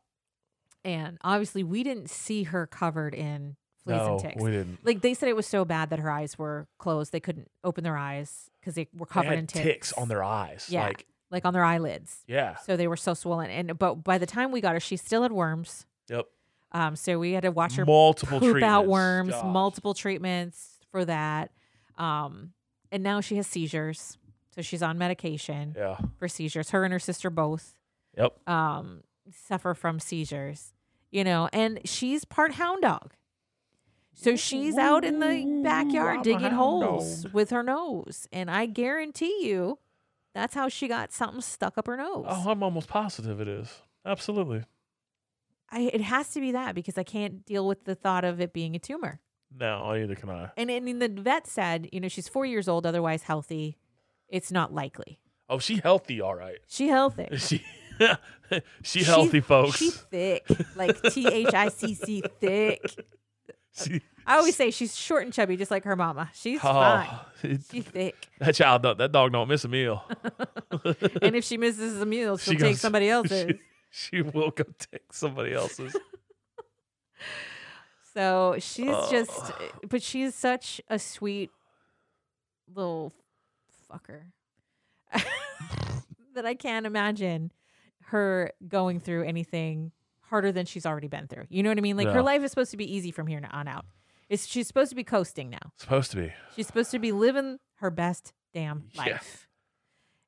And obviously, we didn't see her covered in fleas no, and ticks. we didn't. like they said, it was so bad that her eyes were closed; they couldn't open their eyes because they were They covered had in ticks. on their eyes. Yeah. Like like on their eyelids, yeah. so they were so swollen. And but by the time we got her, she still had worms. Yep. Um, so we had to watch her multiple poop out treatments. worms, Gosh. multiple treatments for that. Um, and now she has seizures. So she's on medication Yeah. for seizures. Her and her sister both Yep. um, suffer from seizures, you know, and she's part hound dog. So she's out in the backyard I'm a digging hound holes dog. with her nose. And I guarantee you that's how she got something stuck up her nose. Oh, I'm almost positive it is. Absolutely. I, it has to be that because I can't deal with the thought of it being a tumor. No, neither can I. And and the vet said, you know, she's four years old, otherwise healthy. It's not likely. Oh, she healthy, all right. She healthy. She she healthy, folks. She thick, like T H I C C thick. She- I always say she's short and chubby, just like her mama. She's fine. oh, it- She's thick. that child, don't- that dog don't miss a meal. And if she misses a meal, she'll She take goes- somebody else's. she, she will go take somebody else's. So she's just, Oh. but she's such a sweet little fucker that I can't imagine her going through anything harder than she's already been through. You know what I mean? Like Yeah. her life is supposed to be easy from here on out. It's she's supposed to be coasting now. Supposed to be. She's supposed to be living her best damn Yeah. life.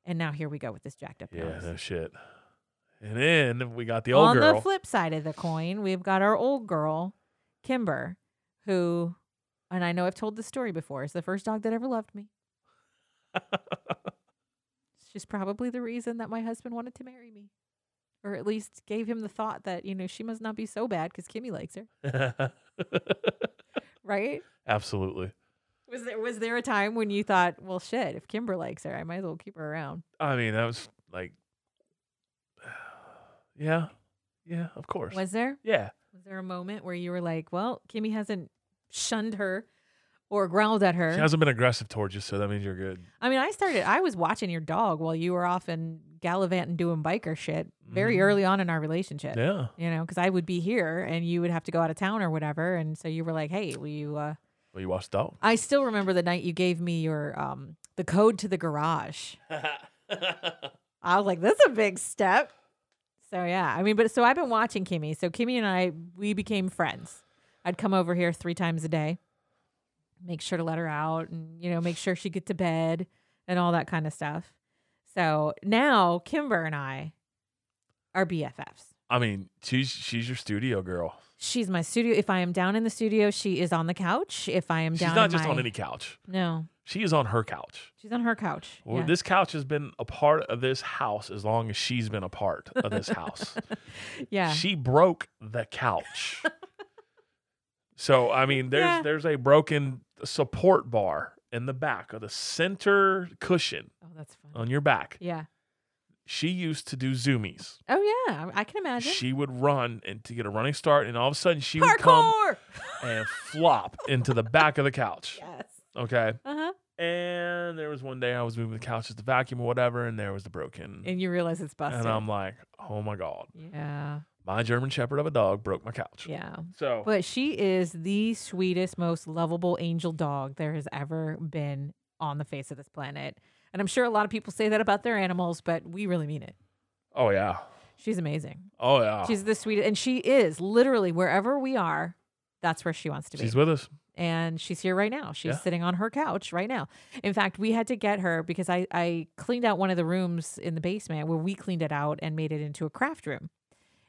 And now here we go with this jacked up Yeah, nose. no shit. And then we got the old On girl. the flip side of the coin, we've got our old girl, Kimber, who, and I know I've told this story before, is the first dog that ever loved me. She's probably the reason that my husband wanted to marry me, or at least gave him the thought that, you know, she must not be so bad because Kimmy likes her, right? Absolutely. Was there, was there a time when you thought, well, shit, if Kimber likes her, I might as well keep her around? I mean, that was like, yeah, yeah, of course. Was there? yeah, Was there a moment where you were like, well, Kimmy hasn't shunned her or growled at her? she hasn't been aggressive towards you, so that means you're good. I mean, I started. I was watching your dog while you were off and gallivanting doing biker shit very Mhm. early on in our relationship. Yeah, You know, because I would be here and you would have to go out of town or whatever, and so you were like, "Hey, will you?" Uh... well, you watched dog. I still remember the night you gave me your um the code to the garage. I was like, "That's a big step." So yeah, I mean, but so I've been watching Kimmy. So Kimmy and I, we became friends. I'd come over here three times a day, make sure to let her out, and you know, make sure she get to bed and all that kind of stuff. So now Kimber and I are BFFs. I mean, she's she's your studio girl. She's my studio. If I am down in the studio, she is on the couch. If I am She's down, not in just on my- any couch. No, She is on her couch. she's on her couch. Well, yeah. Oh, This couch has been a part of this house as long as she's been a part of this house. yeah. She broke the couch. so I mean, there's Yeah. there's a broken support bar in the back of the center cushion oh, that's fun. on your back. yeah. She used to do zoomies. Oh yeah, I I can imagine. She would run and to get a running start, and all of a sudden she would come Parkour. and flop into the back of the couch. yes. Okay. Uh huh. And there was one day I was moving the couch at the vacuum or whatever, and there was the broken. And you realize it's busted. Mm. And I'm like, oh my God, yeah. my German Shepherd of a dog broke my couch. Yeah. So But she is the sweetest, most lovable angel dog there has ever been on the face of this planet. And I'm sure a lot of people say that about their animals, but we really mean it. Oh yeah. She's amazing. Oh yeah. She's, She's the sweetest. And she is literally wherever we are, that's where she wants to be. with us. and she's here right now. She's Yeah. sitting on her couch right now. In fact, we had to get her because I, I cleaned out one of the rooms in the basement where we cleaned it out and made it into a craft room.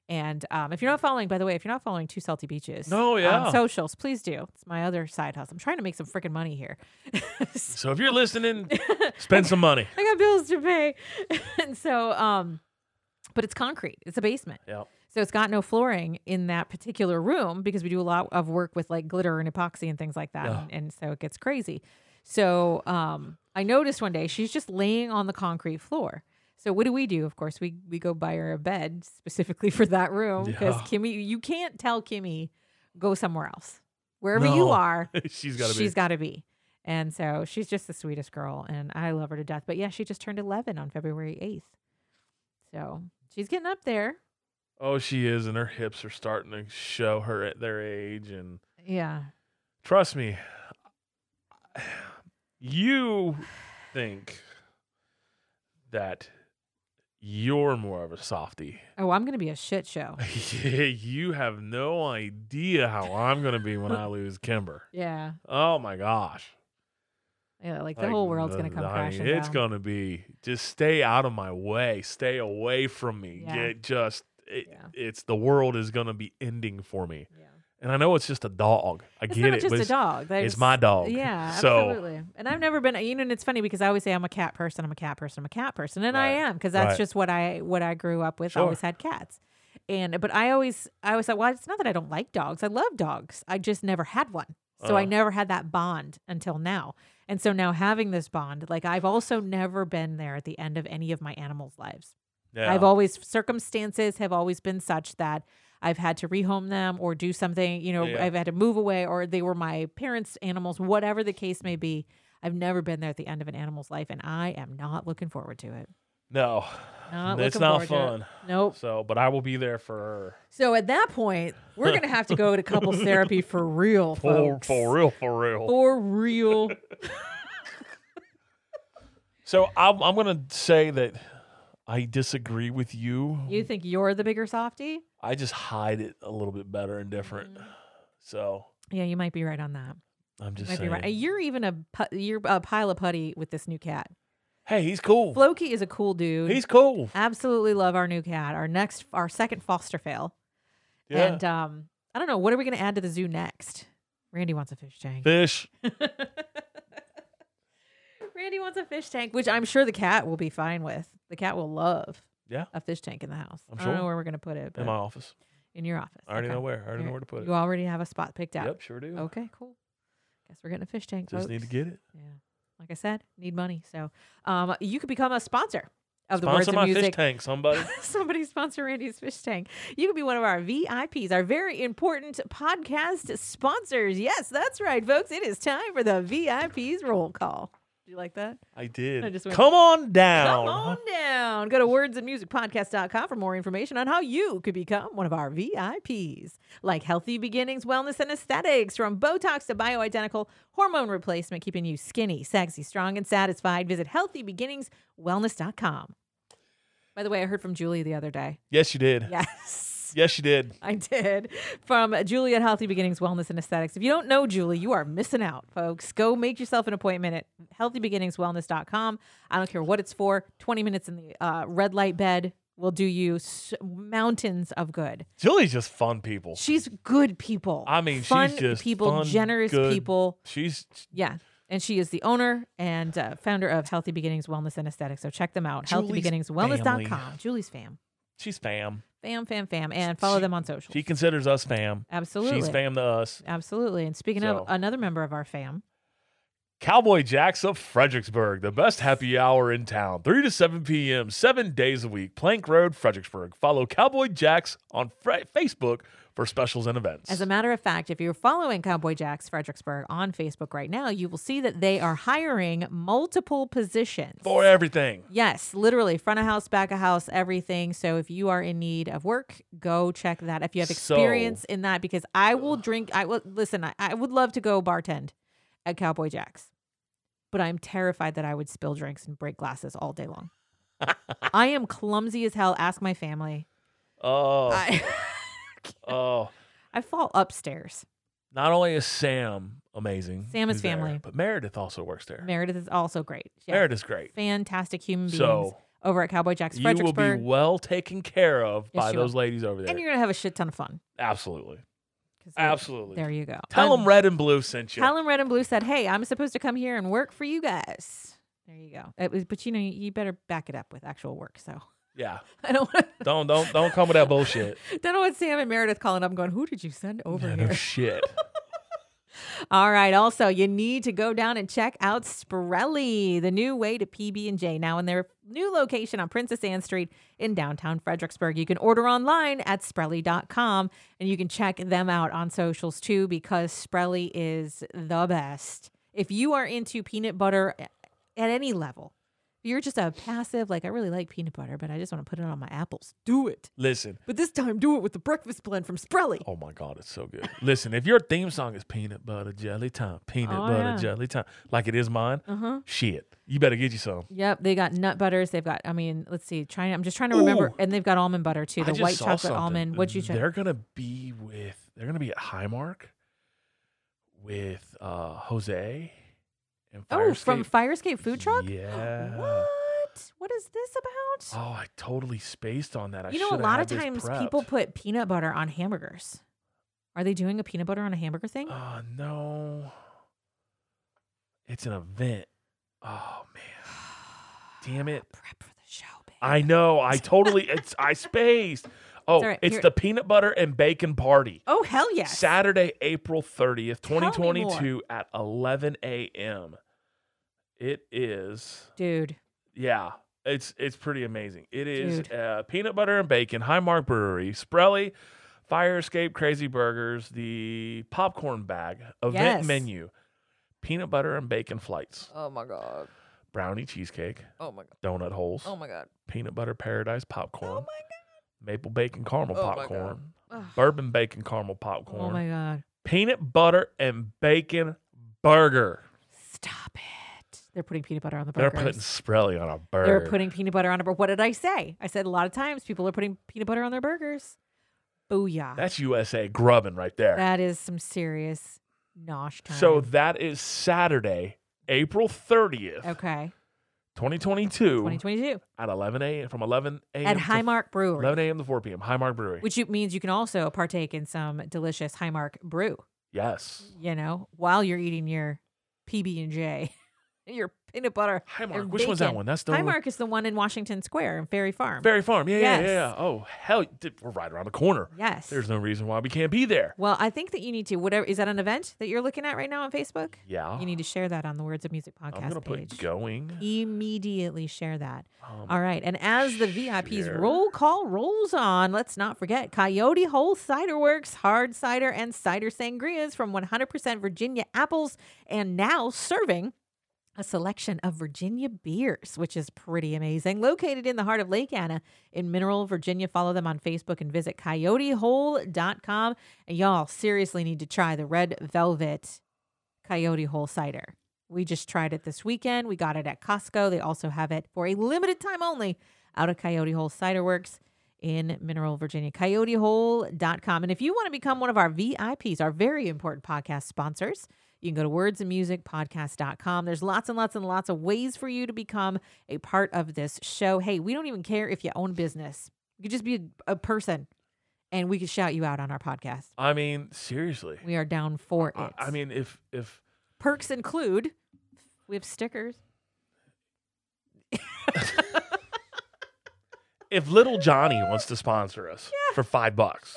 And um, if you're not following, by the way, if you're not following Two Salty Beaches No, yeah. on socials, please do. It's my other side hustle. I'm trying to make some freaking money here. So So if you're listening, spend some money. I got bills to pay. and so, um, but it's concrete, it's a basement. Yep. So it's got no flooring in that particular room because we do a lot of work with like glitter and epoxy and things like that. Yeah. And, and so it gets crazy. So um, I noticed one day she's just laying on the concrete floor. So what do we do? Of course, we we go buy her a bed specifically for that room because Yeah. Kimmy, you can't tell Kimmy go somewhere else. Wherever you No. are, she's gotta she's be got to be. And so she's just the sweetest girl, and I love her to death. But yeah, she just turned 11 on February 8th. So she's getting up there. Oh, she is, and her hips are starting to show her at their age and Yeah. trust me, you think that you're more of a softie. Oh, I'm going to be a shit show. you have no idea how I'm going to be when I lose Kimber. Yeah. Oh my gosh. Yeah, like the whole world's going to the- come uh, I mean, crashing It's down. going to be just stay out of my way, stay away from me. Yeah. Get just it, Yeah. it's the world is going to be ending for me. yeah. And I know it's just a dog. I It's get not it. just but a it's- dog. That it's is- my dog. Yeah, So- absolutely. And I've never been, you know, and it's funny because I always say I'm a cat person, I'm a cat person, I'm a cat person, and I Right. am because that's Right. just what I what I grew up with. I always had cats, and but I always I always thought, well, it's not that I don't like dogs. I love dogs. I just never had one, so I Uh. never had that bond until now. And so now having this bond, like I've also never been there at the end of any of my animals' lives. Yeah. I've always circumstances have always been such that I've had to rehome them or do something, you know, Yeah. I've had to move away or they were my parents' animals, whatever the case may be. I've never been there at the end of an animal's life and I am not looking forward to it. no, Not it's looking not forward fun. Nope. So, but I will be there for her. So at that point, we're going to have to go to couples therapy for real. For, Folks. Oh. for real, for real. For real. So I'm, I'm going to say that I disagree with you. You think you're the bigger softie? I just hide it a little bit better and different. So Yeah, you might be right on that. Mm-hmm. I'm You just might be saying. right. You're even a pu- you're a pile of putty with this new cat. Hey, he's cool. Floki is a cool dude. He's cool. absolutely love our new cat our next our second foster fail Yeah. and um i don't know what are we going to add to the zoo next randy wants a fish tank Fish. randy wants a fish tank which i'm sure the cat will be fine with the cat will love Yeah. a fish tank in the house I'm i don't know sure. where we're going to put it in but my office. in your office I already Okay. know where. I already You're- know where to put it. you already have a spot picked out Yep, sure do. okay cool guess we're getting a fish tank Just need to folks. get it. Yeah. Like I said, need money. So um, you could become a sponsor of the Sponsor Words of my Music. fish tank, somebody. Somebody sponsor Randy's fish tank. You could be one of our VIPs, our very important podcast sponsors. Yes, that's right, folks. It is time for the VIPs roll call. Do you like that? I did. I just went, Come on down. Come on down. Go to wordsandmusicpodcast.com for more information on how you could become one of our VIPs. Like healthy beginnings, wellness, and aesthetics, from Botox to bioidentical hormone replacement, keeping you skinny, sexy, strong, and satisfied. Visit healthybeginningswellness.com. By the way, I heard from Julie the other day. Yes, you did. Yes. Yes, you did. I did from Julie at Healthy Beginnings Wellness and Aesthetics. If you don't know Julie, you are missing out, folks. Go make yourself an appointment at healthybeginningswellness.com. I don't care what it's for 20 minutes in the uh, red light bed, will do you s- mountains of good. Julie's just fun people. She's good people. I mean, she's fun just people, fun, generous good- people. She's Yeah. And she is the owner and uh, founder of Healthy Beginnings Wellness and Aesthetics. So check them out. Julie's HealthyBeginningsWellness.com. family. Julie's fam. she's fam. Fam, fam, fam. And follow She- them on social. She considers us fam. Absolutely. She's fam to us. Absolutely. And speaking So- of another member of our fam, Cowboy Jacks of Fredericksburg, the best happy hour in town, 3 to 7 p.m., seven days a week, Plank Road, Fredericksburg. Follow Cowboy Jacks on Fre- Facebook for specials and events. As a matter of fact, if you're following Cowboy Jacks Fredericksburg on Facebook right now, you will see that they are hiring multiple positions. for everything. Yes, literally front of house, back of house, everything. So if you are in need of work, go check that. If you have So- experience in that, because I will drink. I will listen. I, I would love to go bartend at Cowboy Jacks, but I'm terrified that I would spill drinks and break glasses all day long. I am clumsy as hell. Ask my family. Oh, I, oh. I fall upstairs. Not only is Sam amazing, Sam is who's there, family. but Meredith also works there. Meredith is also great. Yeah. Meredith is great. fantastic human beings So over at Cowboy Jack's you will be Fredericksburg. well taken care of Yes, by you will. those ladies over there. and you're gonna have a shit ton of fun. Absolutely. 'Cause there- Absolutely. There you go. Tell Um, them red and blue sent you. Tell 'em Red and Blue said, "Hey, I'm supposed to come here and work for you guys." There you go. It was, but you know, you better back it up with actual work. So yeah. I don't want to, Don't don't don't come with that bullshit. don't want Sam and Meredith calling up, and going, "Who did you send over Yeah, here?" no shit. All right. Also, you need to go down and check out Spirelli, the new way to PB and J. Now in their new location on Princess Anne Street in downtown Fredericksburg. You can order online at Sprelli.com and you can check them out on socials too because Sprelli is the best. If you are into peanut butter eh, at any level, if you're just a passive, like I really like peanut butter, but I just want to put it on my apples. Do it. Listen. But this time do it with the breakfast blend from Sprelli. Oh my God, it's so good. Listen, if your theme song is peanut butter jelly time, peanut Oh, butter yeah. jelly time, like it is mine, Uh-huh. shit, you better get you some. Yep, they got nut butters. They've got, I mean, let's see, China. I'm just trying to remember, Ooh. and they've got almond butter too. I The just white saw chocolate something. almond. What'd you check? They're gonna be with. They're gonna be at Highmark with uh Jose and oh, from Firescape. Fire Escape Food Truck. Yeah. What? What is this Oh, about? I totally spaced on that. I you know, a shoulda lot had of this times prepped. people put peanut butter on hamburgers. Are they doing a peanut butter on a hamburger thing? Oh no. It's an event. Oh man. Damn it. Prep for the show, babe. I know. I totally it's I spaced. Oh, all right. it's Here- the peanut butter and bacon party. oh hell yes! Saturday, April 30th, Tell me more. 2022 at 11 a.m. It is Dude, yeah, it's it's pretty amazing. It is Dude. uh, peanut butter and bacon, Highmark Brewery, Sprelly, Fire Escape, Crazy Burgers, the popcorn bag, event Yes. menu, peanut butter and bacon flights, Oh my god. brownie cheesecake, Oh my god. donut holes, Oh my god. peanut butter paradise popcorn, Oh my god. maple bacon caramel Oh my God. popcorn, Ugh. bourbon bacon caramel popcorn, oh my god, peanut butter and bacon burger. stop it! They're putting peanut butter on the They're burgers. putting Sprelly on a burger. They're putting peanut butter on a burger. What did I say? I said a lot of times people are putting peanut butter on their burgers. Booyah. That's USA grubbing right there. that is some serious nosh time. So that is Saturday, April 30th, okay, 2022, 2022 at 11 a.m. from 11 a.m. at to- Highmark Brewery, 11 a.m. to 4 p.m. Highmark Brewery. which you- means you can also partake in some delicious Highmark brew. yes. You know, while you're eating your PB and J, your peanut butter. Highmark. and Which one's that bacon. one? That's the one with Highmark is the one in Washington Square in Ferry Farm. Berry Farm. Yeah, yeah, Yes. yeah, yeah. Oh hell, dude, we're right around the corner. yes. There's no reason why we can't be there. well, I think that you need to. Whatever is that an event that you're looking at right now on Facebook? Yeah. You need to share that on the Words of Music Ah. I'm podcast gonna page. put going. Immediately share that. Um, All right. And as the VIP's share. roll call rolls on, let's not forget Coyote Hole Cider Works, hard cider and cider sangrias from 100% Virginia apples, and now serving a selection of Virginia beers, which is pretty amazing. Located in the heart of Lake Anna in Mineral, Virginia. Follow them on Facebook and visit coyotehole.com. And y'all seriously need to try the red velvet coyote hole cider. We just tried it this weekend. We got it at Costco. They also have it for a limited time only out of Coyote Hole Cider Works in Mineral, Virginia. CoyoteHole.com. And if you want to become one of our VIPs, our very important podcast sponsors, You can go to wordsandmusicpodcast.com. There's lots and lots and lots of ways for you to become a part of this show. Hey, we don't even care if you own a business. You could just be a, a person and we could shout you out on our podcast. I mean, seriously. We are down for it. I, I mean, if if perks include we have stickers. if little Johnny wants to sponsor us for five bucks,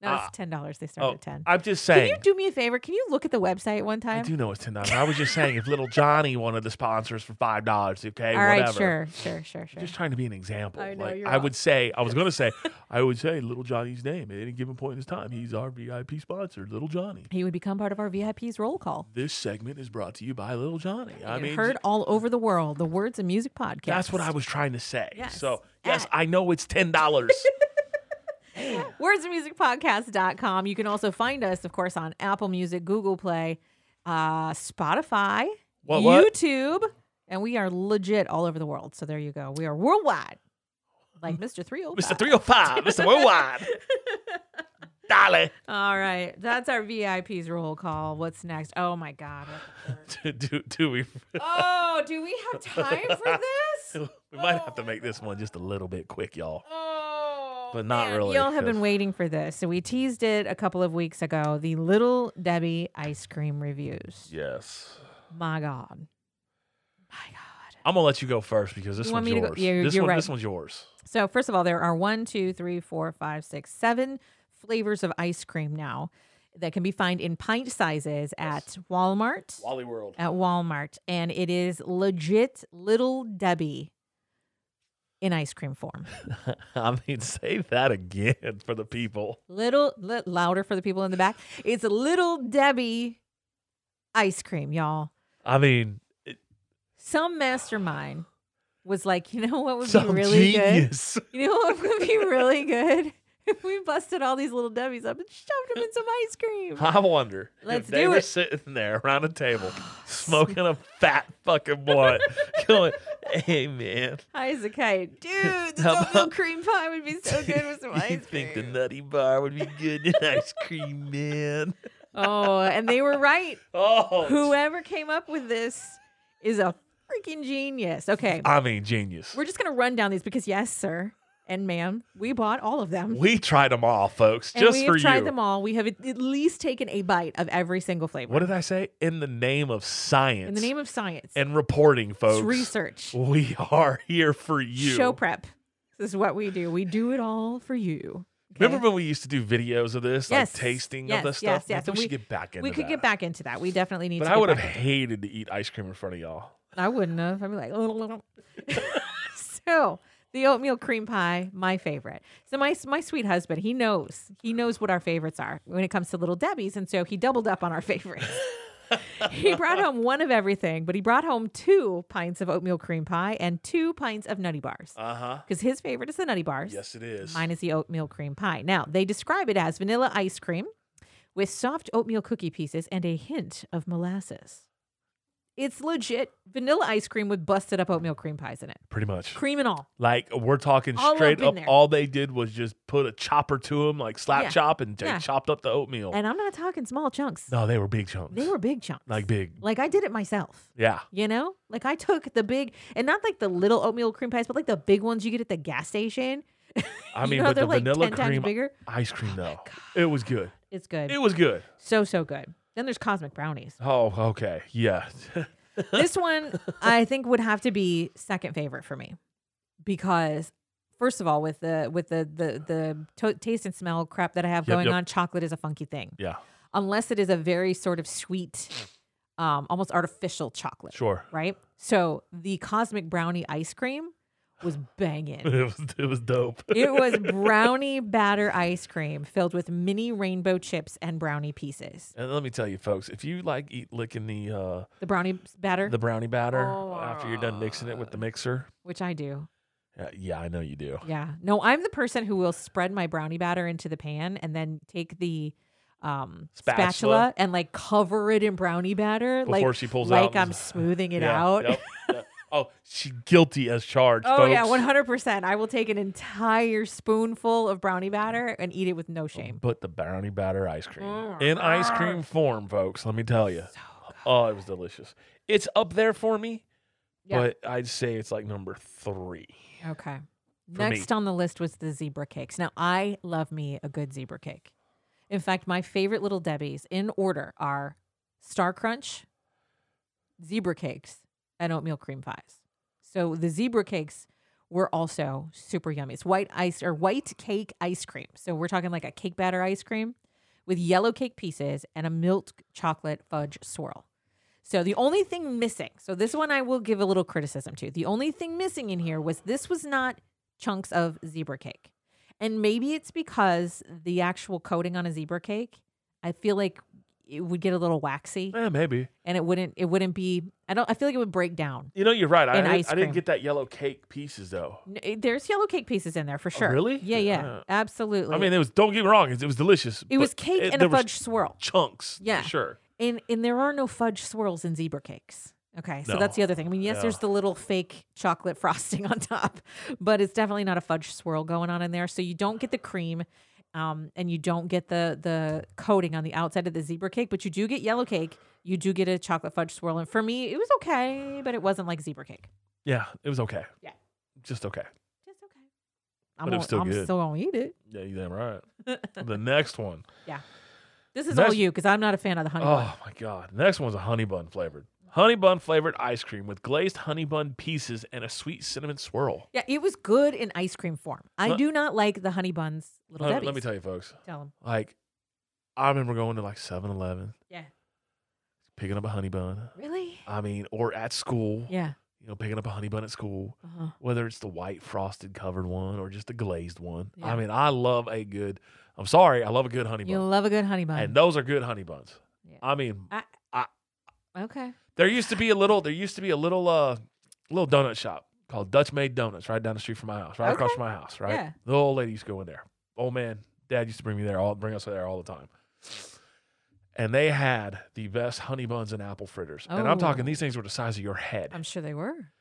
No, Ah. it's ten dollars. They start oh, at ten. I'm just Can saying. you do me a favor? Can you look at the website one I time? do know it's ten dollars. I was just saying, if little Johnny wanted to sponsor us for five dollars, okay, All right, whatever. sure, sure, sure, sure. Just trying to be an example. I know, like, you're I right. would say, I was going to say, I would say Little Johnny's name at any given point in his time. He's our VIP sponsor, Little Johnny. he would become part of our VIP's roll call. This segment is brought to you by Little Johnny. I It mean, heard all over the world. The words and music podcast. that's what I was trying to say. Yes. So, yes, At- I know it's $10. wordsandmusicpodcast.com. You can also find us, of course, on Apple Music, Google Play, uh, Spotify, What, what? YouTube, and we are legit all over the world. So there you go. We are worldwide, like Mr. 305. Mr. 305, Mr. oh Worldwide. Dolly. All right, that's our VIP's roll call. What's next? Oh my God! what the fuck? do, do, do we, oh, do we have time for this? we might have to make this one just a little bit quick, y'all. Oh, But not man, really, Y'all have 'cause- been waiting for this, so we teased it a couple of weeks ago. The Little Debbie ice cream reviews. Yes. My God, my God. I'm going to let you go first because this You want one's me to yours. go- Yeah, you're- this, you're one, right. this one's yours. So first of all, there are one, two, three, four, five, six, seven flavors of ice cream now that can be found in pint sizes at Walmart. Wally World. at Walmart, and it is legit Little Debbie in ice cream form. I mean, say that again for the people. Little li- louder for the people in the back. It's Little Debbie ice cream, y'all. I mean, Some mastermind was like, you know what would be some really good? genius. You know what would be really good? If we busted all these little Debbies up and shoved them in some ice cream. I wonder if Let's they do were it. sitting there around a table smoking a fat fucking blunt, going, "Hey man, High as a kite. Dude, this How oatmeal about- cream pie would be so good with some you ice think the cream. nutty bar would be good in ice cream, man?" Oh, and they were right. Oh, Whoever came up with this is a freaking genius. Okay. I mean, genius. We're just going to run down these because, yes, sir and ma'am, we bought all of them. We tried them all, folks, and just we for have tried you. them all. We have at at least taken a bite of every single flavor. What did I say? In the name of science, In the name of science, and reporting, it's folks, research, we are here for you. show prep. This is what we do. We do it all for you. okay? Remember when we used to do videos of this, Yes, like tasting yes, of this yes, stuff? yes, Maybe and we we- should get back into we could get that. back into that. We definitely need But to. I get would have back into- hated to eat ice cream in front of y'all. I wouldn't have. I'd be like, oh. so the oatmeal cream pie, my favorite. So my my sweet husband, he knows he knows what our favorites are when it comes to Little Debbie's, and so he doubled up on our favorites. he brought home one of everything, but he brought home two pints of oatmeal cream pie and two pints of Nutty Bars Uh huh. because his favorite is the Nutty Bars. Yes, it is. Uh-huh. Mine is the oatmeal cream pie. Now, they describe it as vanilla ice cream with soft oatmeal cookie pieces and a hint of molasses. It's legit vanilla ice cream with busted up oatmeal cream pies in it. Pretty much. Cream and all. Like we're talking All up straight in up. there. All they did was just put a chopper to them, like slap Yeah. chop, and they Yeah. chopped up the oatmeal. And I'm not talking small chunks. Oh. no, they were big chunks. They were big chunks. like big. Like I did it myself. Yeah. You know? Like I took the big and not like the little oatmeal cream pies, but like the big ones you get at the gas station. I mean, you know, but they're the like vanilla 10 times cream bigger. Oh ice cream though, it was good. It's good. It was good. so so good. Then there's cosmic brownies. Oh, okay. Yeah. this one I think would have to be second favorite for me because first of all with the with the the the to- taste and smell crap that I have Yep, going yep. on chocolate is a funky thing yeah. unless it is a very sort of sweet um almost artificial chocolate Sure. right so the cosmic brownie ice cream was banging It was. It was dope. it was brownie batter ice cream filled with mini rainbow chips and brownie pieces and let me tell you, folks, if you like eat licking the uh, the brownie batter the brownie batter Oh, after you're done mixing it with the mixer, which I do uh, yeah, I know you do. Yeah. No, I'm the person who will spread my brownie batter into the pan and then take the um Spatula. spatula, and like cover it in brownie batter Before like she pulls like out and- I'm smoothing it Yeah, out. yep, yep. Oh, she guilty as charged. Oh folks. yeah, 100%. I will take an entire spoonful of brownie batter and Oh, eat it with no shame. Oh But the brownie batter ice cream in ice cream form, folks. Let me tell you, Oh, it was delicious. It's up there for me, Yeah. but I'd say it's like number three. Okay. For me. Next on the list was the zebra cakes. Now, I love me a good zebra cake. In fact, my favorite little Debbie's in order are Star Crunch, zebra cakes, and oatmeal cream pies. So the zebra cakes were also super yummy. It's white ice or white cake ice cream. So we're talking like a cake batter ice cream with yellow cake pieces and a milk chocolate fudge swirl. So the only thing missing, so this one I will give a little criticism to. The only thing missing in here was this was not chunks of zebra cake. And maybe it's because the actual coating on a zebra cake, I feel like it would get a little waxy Eh, maybe. and it wouldn't it wouldn't be I don't I feel like it would break down. You know, you're right. I, And didn't- ice I didn't cream. get that yellow cake pieces though. N- it- There's yellow cake pieces in there for sure. Oh, really? Yeah, yeah. Yeah. absolutely. I mean, it was. Don't get me wrong. It, it was delicious. it but was cake it- and there a was fudge swirl. chunks. Yeah. Yeah, sure. And and there are no fudge swirls in zebra cakes. Okay, so No. that's the other thing. I mean, yes, there's the No. little fake chocolate frosting on top, but it's definitely not a fudge swirl going on in there. So you don't get the cream, um, and you don't get the the coating on the outside of the zebra cake, but you do get yellow cake. You do get a chocolate fudge swirl, and for me, it was okay, but it wasn't like zebra cake. Yeah, it was okay. Yeah. just okay. Just okay. I'm, But it gonna- was still I'm good. still gonna eat it. Yeah, you damn right. the next one. This is all That's- you because I'm not a fan of the honey. bun. Oh my god. The next one's a honey bun flavored. Honey bun flavored ice cream with glazed honey bun pieces and a sweet cinnamon swirl. Yeah, it was good in ice cream form. I Let- do not like the honey buns, little Let, Debbie's. let me tell you, folks. Tell 'em. Like, I remember going to like 7-Eleven, Yeah. picking up a honey bun. Really? I mean, or at school. Yeah. You know, picking up a honey bun at school. Uh-huh. whether it's the white frosted covered one or just the glazed one. Yeah. I mean, I love a good. I'm sorry, I love a good honey You bun, love a good honey bun. and those are good honey buns. Yeah. I mean, okay. there used to be a little. There used to be a little uh little donut shop called Dutch Made Donuts right down the street from my house, right across Okay. from my house. Right, Yeah. the old lady used to go in there. Old man, dad used to bring me there, all bring us there all the time. And they had the best honey buns and apple fritters. And I'm talking, Oh. these things were the size of your head. I'm sure they were.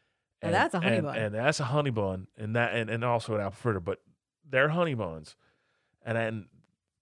Now that's a honey and- bun. And that's a honey bun. And that and, and also an apple fritter, but they're honey buns. And and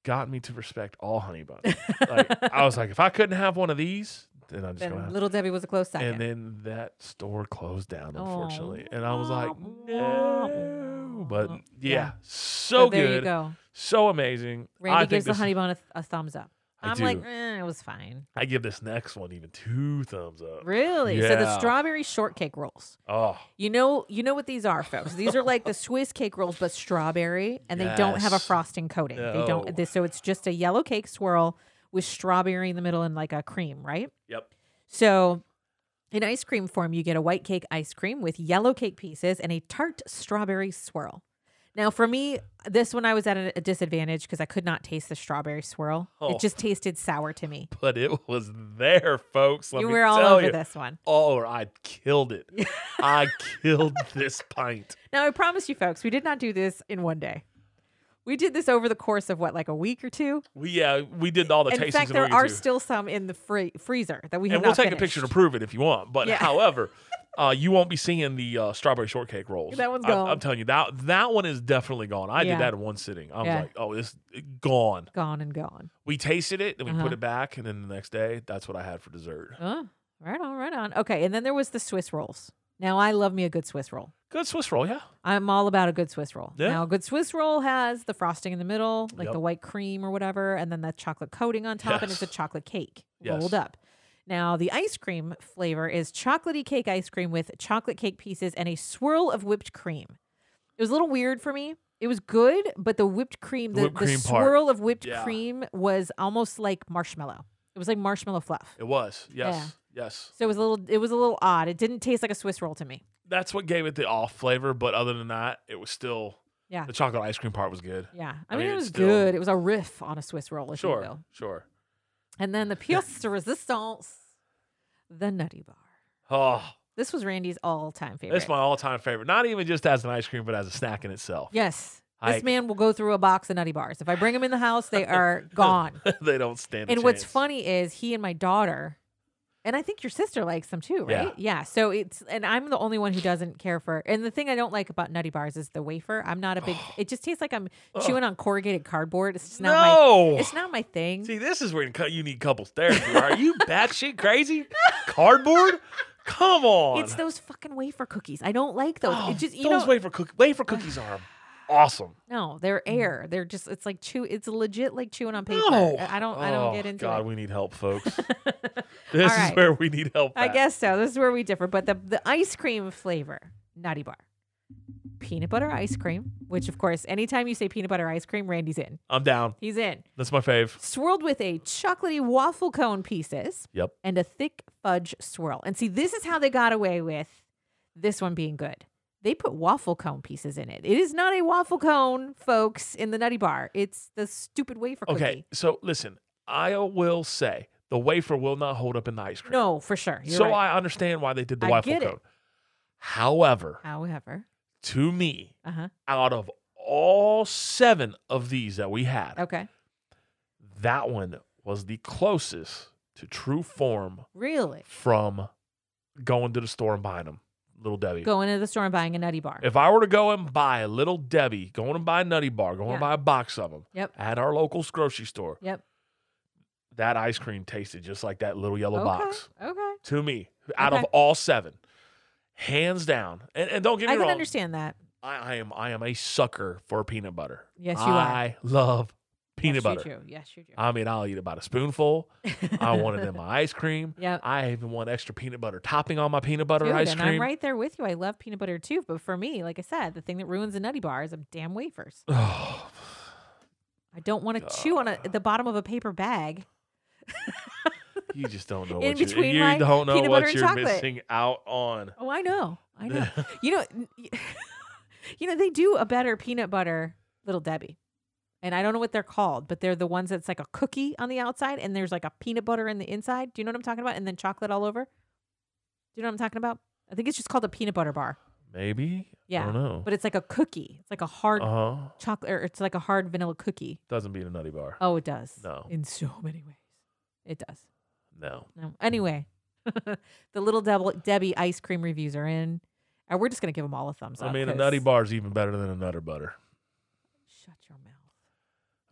got me to respect all honey buns. like I was like, if I couldn't have one of these, then I'm just Then gonna have little Debbie was a close second. and then that store closed down, Oh. unfortunately. And I was like, Womp no. womp. But Yeah. yeah, So so there good. you go. So amazing. I Randy think gives the this- honey bun a, th- a thumbs up. I am like, do. eh, it was fine. I give this next one even two thumbs up. Really? So the Yeah. strawberry shortcake rolls. Oh, You know, you know what these are, folks. These are like the Swiss cake rolls, but strawberry, and they don't have a Yes. frosting coating. They No. don't. They, so it's just a yellow cake swirl with strawberry in the middle and like a cream, right? yep. So, in ice cream form, you get a white cake ice cream with yellow cake pieces and a tart strawberry swirl. Now, for me, this one I was at a a disadvantage because I could not taste the strawberry swirl. Oh. It just tasted sour to me. But it was there, folks. Let you me were all tell over you. this one. Oh, I killed it. I killed this pint. Now, I promise you, folks, we did not do this in one day. We did this over the course of what, like a week or two? We yeah, we did all the And tastings. in fact, and there everything, are too. still some in the free- freezer that we have and we'll not take a picture to finished. prove it if you want. But Yeah. however, uh, you won't be seeing the uh, strawberry shortcake rolls. That one's I'm- gone. I'm, telling you that that one is definitely gone. I Yeah. did that in one sitting. I was Yeah. like, oh, this gone. Gone and gone. We tasted it, then we Uh-huh. put it back, and then the next day, that's what I had for dessert. Oh, right on, right on. Okay, and then there was the Swiss rolls. Now, I love me a good Swiss roll. Good Swiss roll, yeah. I'm all about a good Swiss roll. Yeah. Now, a good Swiss roll has the frosting in the middle, like Yep. the white cream or whatever, and then the chocolate coating on top, and it's a Yes. chocolate cake Yes. rolled up. Now, the ice cream flavor is chocolatey cake ice cream with chocolate cake pieces and a swirl of whipped cream. It was a little weird for me. It was good, but the whipped cream, The the, whipped the cream part. swirl of whipped Yeah. cream was almost like marshmallow. It was like marshmallow fluff. It was yes, yes. So it was a little it was a little odd. It didn't taste like a Swiss roll to me. That's what gave it the off flavor. But other than that, it was still Yeah. The chocolate ice cream part was good. Yeah. I, I mean, mean, it it's was still- good. It was a riff on a Swiss roll, if you Sure, will. sure. And then the pièce de résistance, the Nutty Bar. Oh, This was Randy's all-time favorite. it's my all-time favorite. Not even just as an ice cream, but as a snack in itself. yes. This Like- man will go through a box of Nutty Bars. If I bring him in the house, they are gone. they don't stand. a and what's chance. funny is he and my daughter And I think your sister likes them too, Yeah. right? Yeah. So it's and I'm the only one who doesn't care for. And the thing I don't like about Nutty Bars is the wafer. I'm not a big. it just tastes like I'm chewing on corrugated cardboard. It's just not No. my. It's not my thing. See, this is where you need couples therapy. Are you batshit crazy? Cardboard? Come on. It's those fucking wafer cookies. I don't like those. Oh, it just you those know wafer cookies. Wafer cookies are awesome. no, they're air. They're just it's like chew. It's legit like chewing on paper. No, I I don't. I don't Oh, get into God, it. we need help, folks. this is right. where we need help. I at. guess so. This is where we differ. But the the ice cream flavor, Nutty Bar, peanut butter ice cream. Which of course, anytime you say peanut butter ice cream, Randy's in. I'm down. He's in. That's my fave. Swirled with a chocolatey waffle cone pieces Yep. and a thick fudge swirl. And see, this is how they got away with this one being good. They put waffle cone pieces in it. It is not a waffle cone, folks, in the Nutty Bar. It's the stupid wafer Okay, cookie. so listen, I will say the wafer will not hold up in the ice cream. No, for sure. You're so right. I understand why they did the I waffle get it. cone. However, However, to me, uh huh. out of all seven of these that we had, Okay. that one was the closest to true form Really? from going to the store and buying them. Little Debbie. Going to the store and buying a Nutty Bar. If I were to go and buy a Little Debbie, going and buy a Nutty Bar, going Yeah. and buy a box of them Yep. at our local grocery store, Yep. that ice cream tasted just like that little yellow okay. box Okay. to me out of Okay. all seven. Hands down. And, and don't get me I can wrong, understand that. I, I am I am a sucker for peanut butter. Yes, you are. I love yes, peanut butter. You do. Yes, you do. I mean, I'll eat about a spoonful. I want it in my ice cream. Yep. I even want extra peanut butter topping on my peanut butter Dude, ice and cream. I'm right there with you. I love peanut butter too, but for me, like I said, the thing that ruins a nutty bar is a damn wafers. I don't want to chew on a, the bottom of a paper bag. you just don't know In what you, between you my don't know peanut what butter and you're chocolate. missing out on. Oh, I know. I know. you know, n- y- you know they do a better peanut butter little Debbie. And I don't know what they're called, but they're the ones that's like a cookie on the outside and there's like a peanut butter in the inside. Do you know what I'm talking about? And then chocolate all over. Do you know what I'm talking about? I think it's just called a peanut butter bar. Maybe. Yeah. I don't know. But it's like a cookie. It's like a hard uh huh. chocolate or it's like a hard vanilla cookie. Doesn't beat a nutty bar. Oh, it does. No. In so many ways. It does. No. No. Anyway, the little Devil, Debbie ice cream reviews are in. And we're just going to give them all a thumbs up. I mean, a 'cause- nutty bar is even better than a nutter butter. Shut your mouth.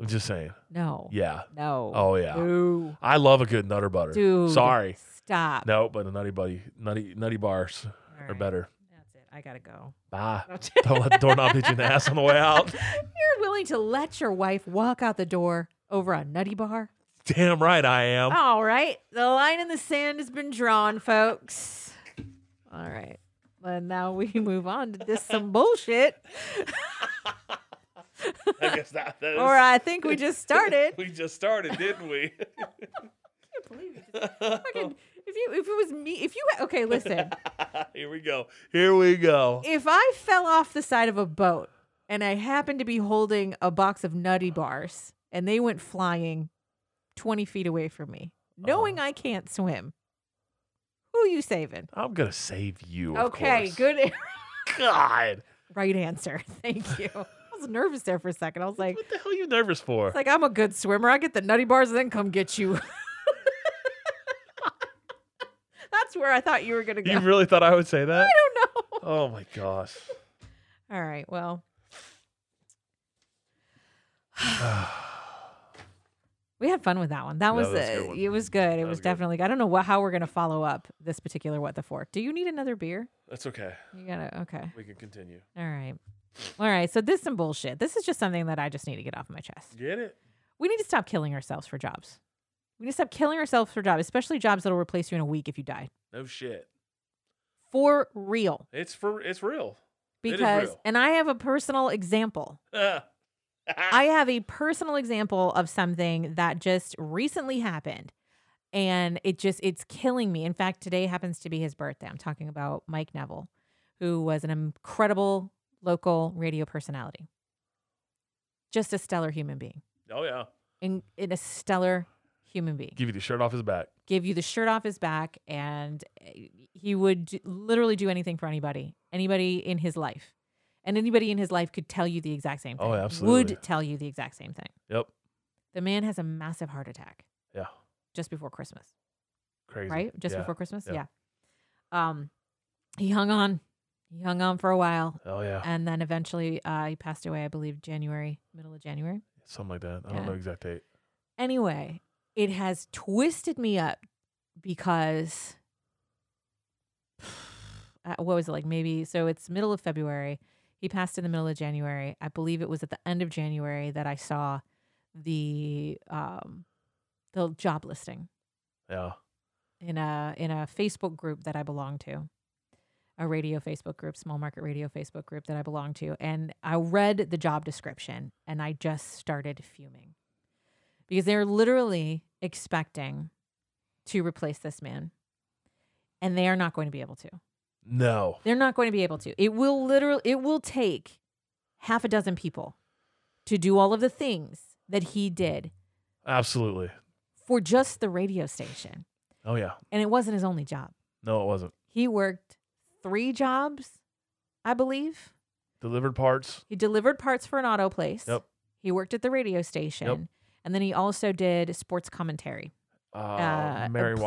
I'm just saying. No. Yeah. No. Oh yeah. No. I love a good nutter butter. Dude. Sorry. Stop. No, but a nutty buddy, nutty nutty bars All are right. better. That's it. I got to go. Bye. don't let the doorknob hit you in the ass on the way out. You're willing to let your wife walk out the door over a nutty bar? Damn right I am. All right. The line in the sand has been drawn, folks. All right. And now we move on to this some bullshit. I guess that, that is- Or I think we just started. We just started, didn't we? can't believe it. Just Fucking, if you if it was me, if you okay, listen. Here we go. Here we go. If I fell off the side of a boat and I happened to be holding a box of nutty bars and they went flying 20 feet away from me, knowing Uh-huh. I can't swim, who you saving? I'm gonna save you. of Okay, course. good God, right answer. Thank you. I was nervous there for a second. I was like, what the hell are you nervous for? it's like I'm a good swimmer. I get the nutty bars and then come get you. That's where I thought you were gonna go. you really thought I would say that? I don't know. Oh my gosh. All right. Well, we had fun with that one. That No, was, that's a uh, good one. it. Was good. It was was good. definitely. Good. I don't know what, how we're gonna follow up this particular what the fork. Do you need another beer? That's okay. You gotta. Okay. We can continue. All right. All right. So this is some bullshit. This is just something that I just need to get off my chest. Get it? We need to stop killing ourselves for jobs. We need to stop killing ourselves for jobs, especially jobs that'll replace you in a week if you die. No shit. For real. It's for it's real. It is Because real. and I have a personal example. I have a personal example of something that just recently happened and it just it's killing me. In fact, today happens to be his birthday. I'm talking about Mike Neville, who was an incredible local radio personality. Just a stellar human being. oh yeah. And, and a stellar human being. Give you the shirt off his back. Give you the shirt off his back and uh, he would d- literally do anything for anybody. Anybody in his life. And anybody in his life could tell you the exact same thing. Oh, absolutely. Would tell you the exact same thing. Yep. The man has a massive heart attack Yeah. just before Christmas. Crazy. right? Just Yeah. before Christmas. Yeah. Yeah. Um, he hung on. He hung on for a while, Oh yeah. and then eventually uh, he passed away. I believe January, middle of January. Something like that. I don't Yeah. know exact date. Anyway, it has twisted me up because uh, what was it like? Maybe so. It's middle of February. He passed in the middle of January. I believe it was at the end of January that I saw the um, the job listing. Yeah. in a in a Facebook group that I belong to, a radio Facebook group, small market radio Facebook group that I belong to, and I read the job description and I just started fuming because they're literally expecting to replace this man, and they are not going to be able to. No. They're not going to be able to. It will literally it will take half a dozen people to do all of the things that he did Absolutely. for just the radio station. Oh yeah. And it wasn't his only job. No, it wasn't. He worked three jobs, I believe. Delivered parts. He delivered parts for an auto place. Yep. He worked at the radio station. And then he also did sports commentary. Uh, Uh, Mary pff,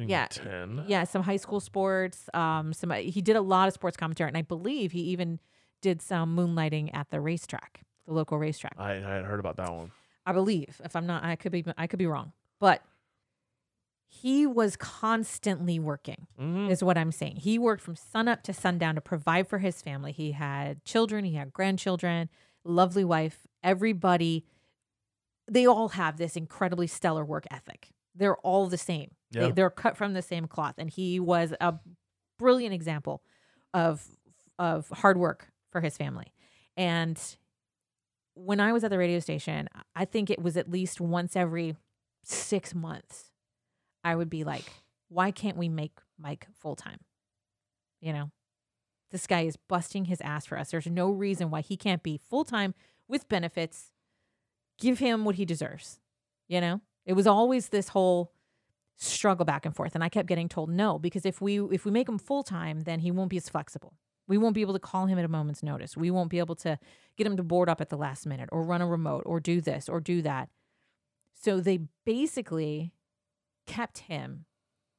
Washington. Yeah, some high school sports. Um, some he did a lot of sports commentary, and I believe he even did some moonlighting at the racetrack, the local racetrack. I, I hadn't heard about that one. I believe. If I'm not, I could be. I could be wrong, but he was constantly working. Mm-hmm. is what I'm saying. He worked from sunup to sundown to provide for his family. He had children, he had grandchildren, lovely wife, everybody. They all have this incredibly stellar work ethic. They're all the same. Yeah. They, they're cut from the same cloth. And he was a brilliant example of of hard work for his family. And when I was at the radio station, I think it was at least once every six months, I would be like, why can't we make Mike full time? You know, this guy is busting his ass for us. There's no reason why he can't be full time with benefits. Give him what he deserves. You know, it was always this whole struggle back and forth. And I kept getting told no, because if we if we make him full time, then he won't be as flexible. We won't be able to call him at a moment's notice. We won't be able to get him to board up at the last minute or run a remote or do this or do that. So they basically kept him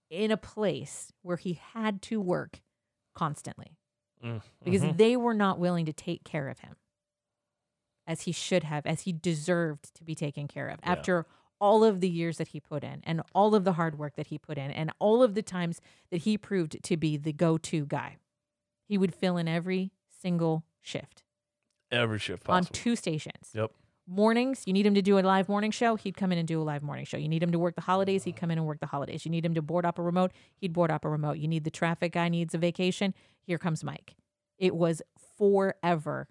in a place where he had to work constantly Mm-hmm. because they were not willing to take care of him as he should have, as he deserved to be taken care of Yeah. after all of the years that he put in and all of the hard work that he put in and all of the times that he proved to be the go to guy. He would fill in every single shift every shift on possible. two stations. Yep. Mornings, you need him to do a live morning show, he'd come in and do a live morning show. You need him to work the holidays, he'd come in and work the holidays. You need him to board up a remote, he'd board up a remote. You need the traffic guy needs a vacation, here comes Mike. It was forever.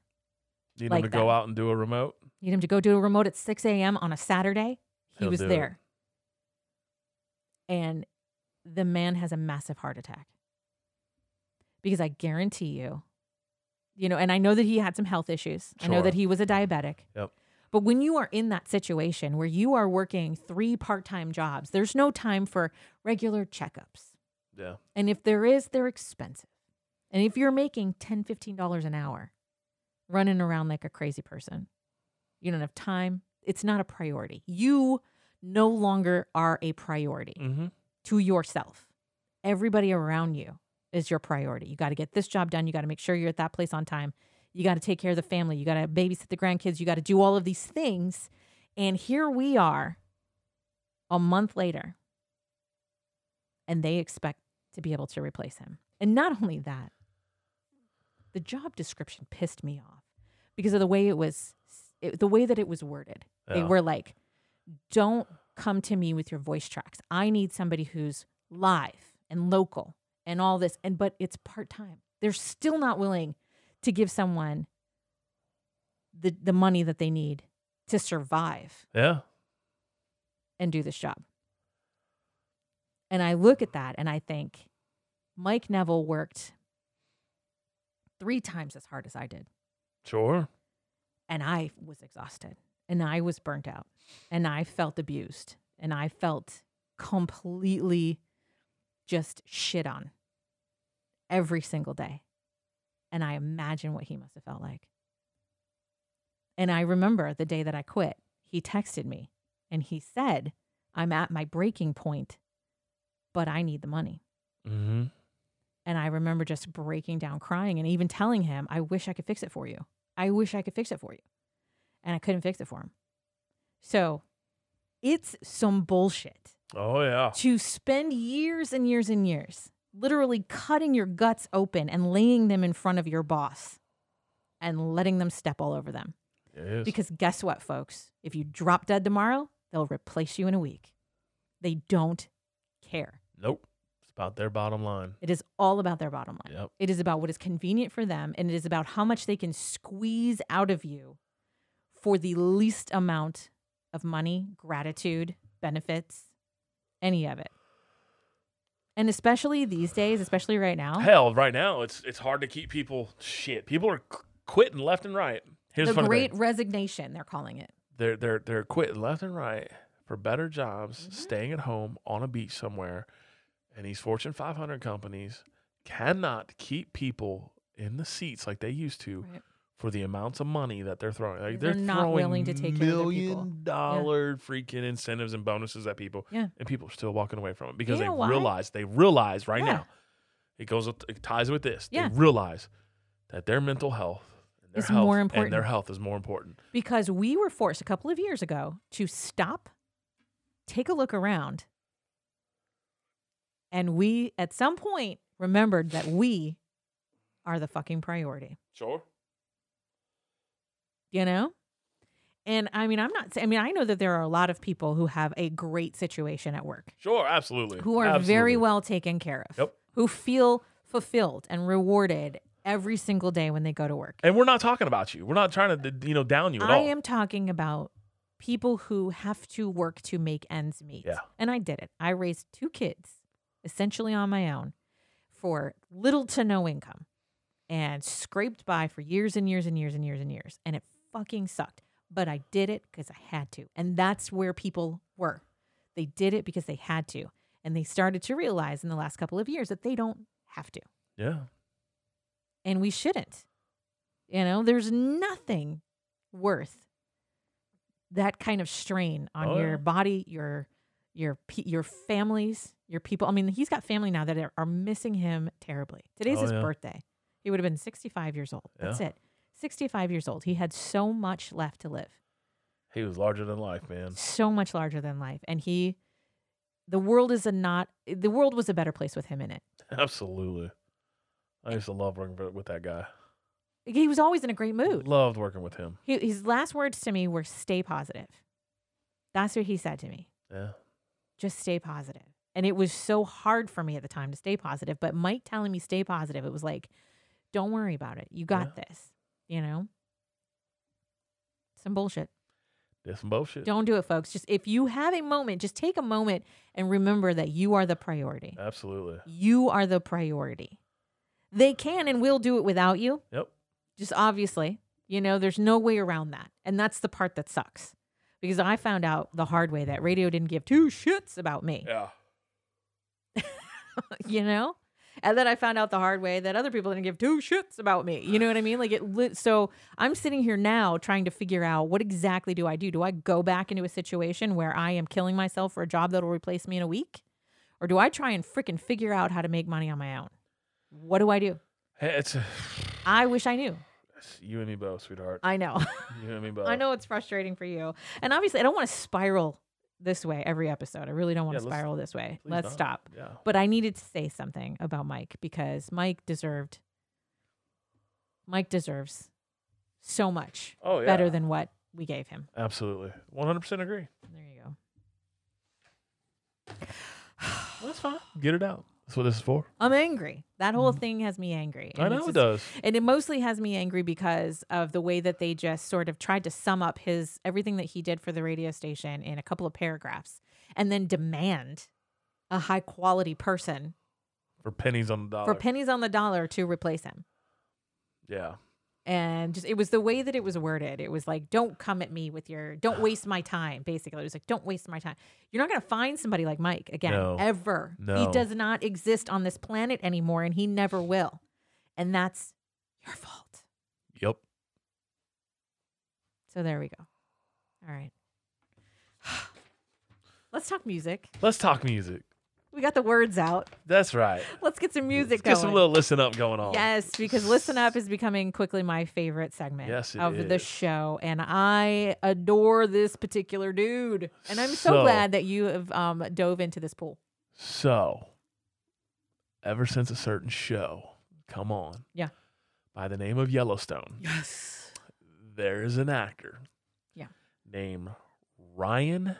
Need like him to go that. out and do a remote. Need him to go do a remote at 6 a.m. on a Saturday. He He'll was do it. there. And the man has a massive heart attack. Because I guarantee you, you know, and I know that he had some health issues. I know Sure. that he was a diabetic. Yep. But when you are in that situation where you are working three part time jobs, there's no time for regular checkups. Yeah. And if there is, they're expensive. And if you're making $10, $15 an hour running around like a crazy person, you don't have time. It's not a priority. You no longer are a priority Mm-hmm. to yourself. Everybody around you is your priority. You got to get this job done. You got to make sure you're at that place on time. You got to take care of the family. You got to babysit the grandkids. You got to do all of these things. And here we are a month later, and they expect to be able to replace him. And not only that, the job description pissed me off because of the way it was, it, the way that it was worded. They Yeah. were like, don't come to me with your voice tracks. I need somebody who's live and local and all this. And but it's part time. They're still not willing to give someone the the money that they need to survive Yeah. and do this job. And I look at that and I think Mike Neville worked three times as hard as I did. Sure. And I was exhausted and I was burnt out and I felt abused and I felt completely just shit on every single day. And I imagine what he must have felt like. And I remember the day that I quit, he texted me and he said, I'm at my breaking point, but I need the money. Mm-hmm. And I remember just breaking down crying and even telling him, I wish I could fix it for you. I wish I could fix it for you. And I couldn't fix it for him. So it's some bullshit Oh yeah. to spend years and years and years literally cutting your guts open and laying them in front of your boss and letting them step all over them. It is. Because guess what, folks? If you drop dead tomorrow, they'll replace you in a week. They don't care. nope. It's about their bottom line. It is all about their bottom line. Yep. It is about what is convenient for them, and it is about how much they can squeeze out of you for the least amount of money, gratitude, benefits, any of it. And especially these days, especially right now, Hell, right now it's it's hard to keep people. Shit, people are qu- quitting left and right. Here's the funny great thing. resignation, they're calling it. They're they're they're quitting left and right for better jobs, Mm-hmm. staying at home on a beach somewhere, and these Fortune 500 companies cannot keep people in the seats like they used to Right. for the amounts of money that they're throwing. Like They're they're, not throwing willing to take care of their people. million dollar freaking incentives and bonuses at people, Yeah. and people are still walking away from it because You know they why? realize they realize right Yeah. now. It goes with- it ties with this. Yeah. They realize that their mental health and their Is health more and their important. health is more important. Because we were forced a couple of years ago to stop, take a look around, and we at some point remembered that we are the fucking priority. Sure. you know and i mean i'm not sa- i mean i know that there are a lot of people who have a great situation at work Sure, absolutely. who are very Absolutely. well taken care of Yep. who feel fulfilled and rewarded every single day when they go to work And we're not talking about you. We're not trying to you know down you at i all. am talking about people who have to work to make ends meet Yeah. and i did it i raised two kids essentially on my own for little to no income and scraped by for years and years and years and years and years. And it fucking sucked. But I did it because I had to. And that's where people were. They did it because they had to. And they started to realize in the last couple of years that they don't have to. yeah. And we shouldn't. You know, there's nothing worth that kind of strain on Oh, your yeah. body, your your pe- your families, your people. I mean, he's got family now that are- are missing him terribly. Today's Oh, his yeah. birthday. He would have been 65 years old. That's it. 65 years old. He had so much left to live. He was larger than life, man. So much larger than life and he the world is a not the world was a better place with him in it. Absolutely. I used to love working for, with that guy. He was always in a great mood. Loved working with him. He, his last words to me were stay positive. That's what he said to me. Yeah. Just stay positive. And it was so hard for me at the time to stay positive, but Mike telling me stay positive, it was like, don't worry about it. You got this. You know? Some bullshit. Did some bullshit. Don't do it, folks. Just if you have a moment, just take a moment and remember that you are the priority. Absolutely. You are the priority. They can and will do it without you. Yep. Just obviously, you know, there's no way around that. And that's the part that sucks because I found out the hard way that radio didn't give two shits about me, Yeah. you know? And then I found out the hard way that other people didn't give two shits about me. You know what I mean? Like it lit. So I'm sitting here now trying to figure out what exactly do I do? Do I go back into a situation where I am killing myself for a job that'll replace me in a week? Or do I try and freaking figure out how to make money on my own? What do I do? Hey, it's I wish I knew. it's you and me both, sweetheart. I know. you and me both. I know it's frustrating for you. And obviously, I don't want to spiral this way every episode. I really don't want Yeah, to let's- spiral this way. Please Let's don't. stop. Yeah. But I needed to say something about Mike because Mike deserved, Mike deserves so much Oh yeah. better than what we gave him. Absolutely. One hundred percent agree. There you go. That's fine. Get it out. That's what this is for. I'm angry. That whole thing has me angry. Mm. I and know it's it just- does. And it mostly has me angry because of the way that they just sort of tried to sum up his everything that he did for the radio station in a couple of paragraphs and then demand a high quality person For pennies on the dollar. for pennies on the dollar to replace him. yeah. And just it was the way that it was worded. It was like, don't come at me with your don't waste my time, basically. It was like, don't waste my time. You're not gonna find somebody like Mike again, No. ever. No. He does not exist on this planet anymore and he never will. And that's your fault. Yep. So there we go. All right. Let's talk music. Let's talk music. We got the words out. That's right. Let's get some music Let's get going. some little listen up going on. Yes, because Listen Up is becoming quickly my favorite segment Yes, it of the is. show. And I adore this particular dude. And I'm so, So- glad that you have um, dove into this pool. So, ever since a certain show, come on. Yeah. By the name of Yellowstone, Yes. there is an actor. Yeah. Named Ryan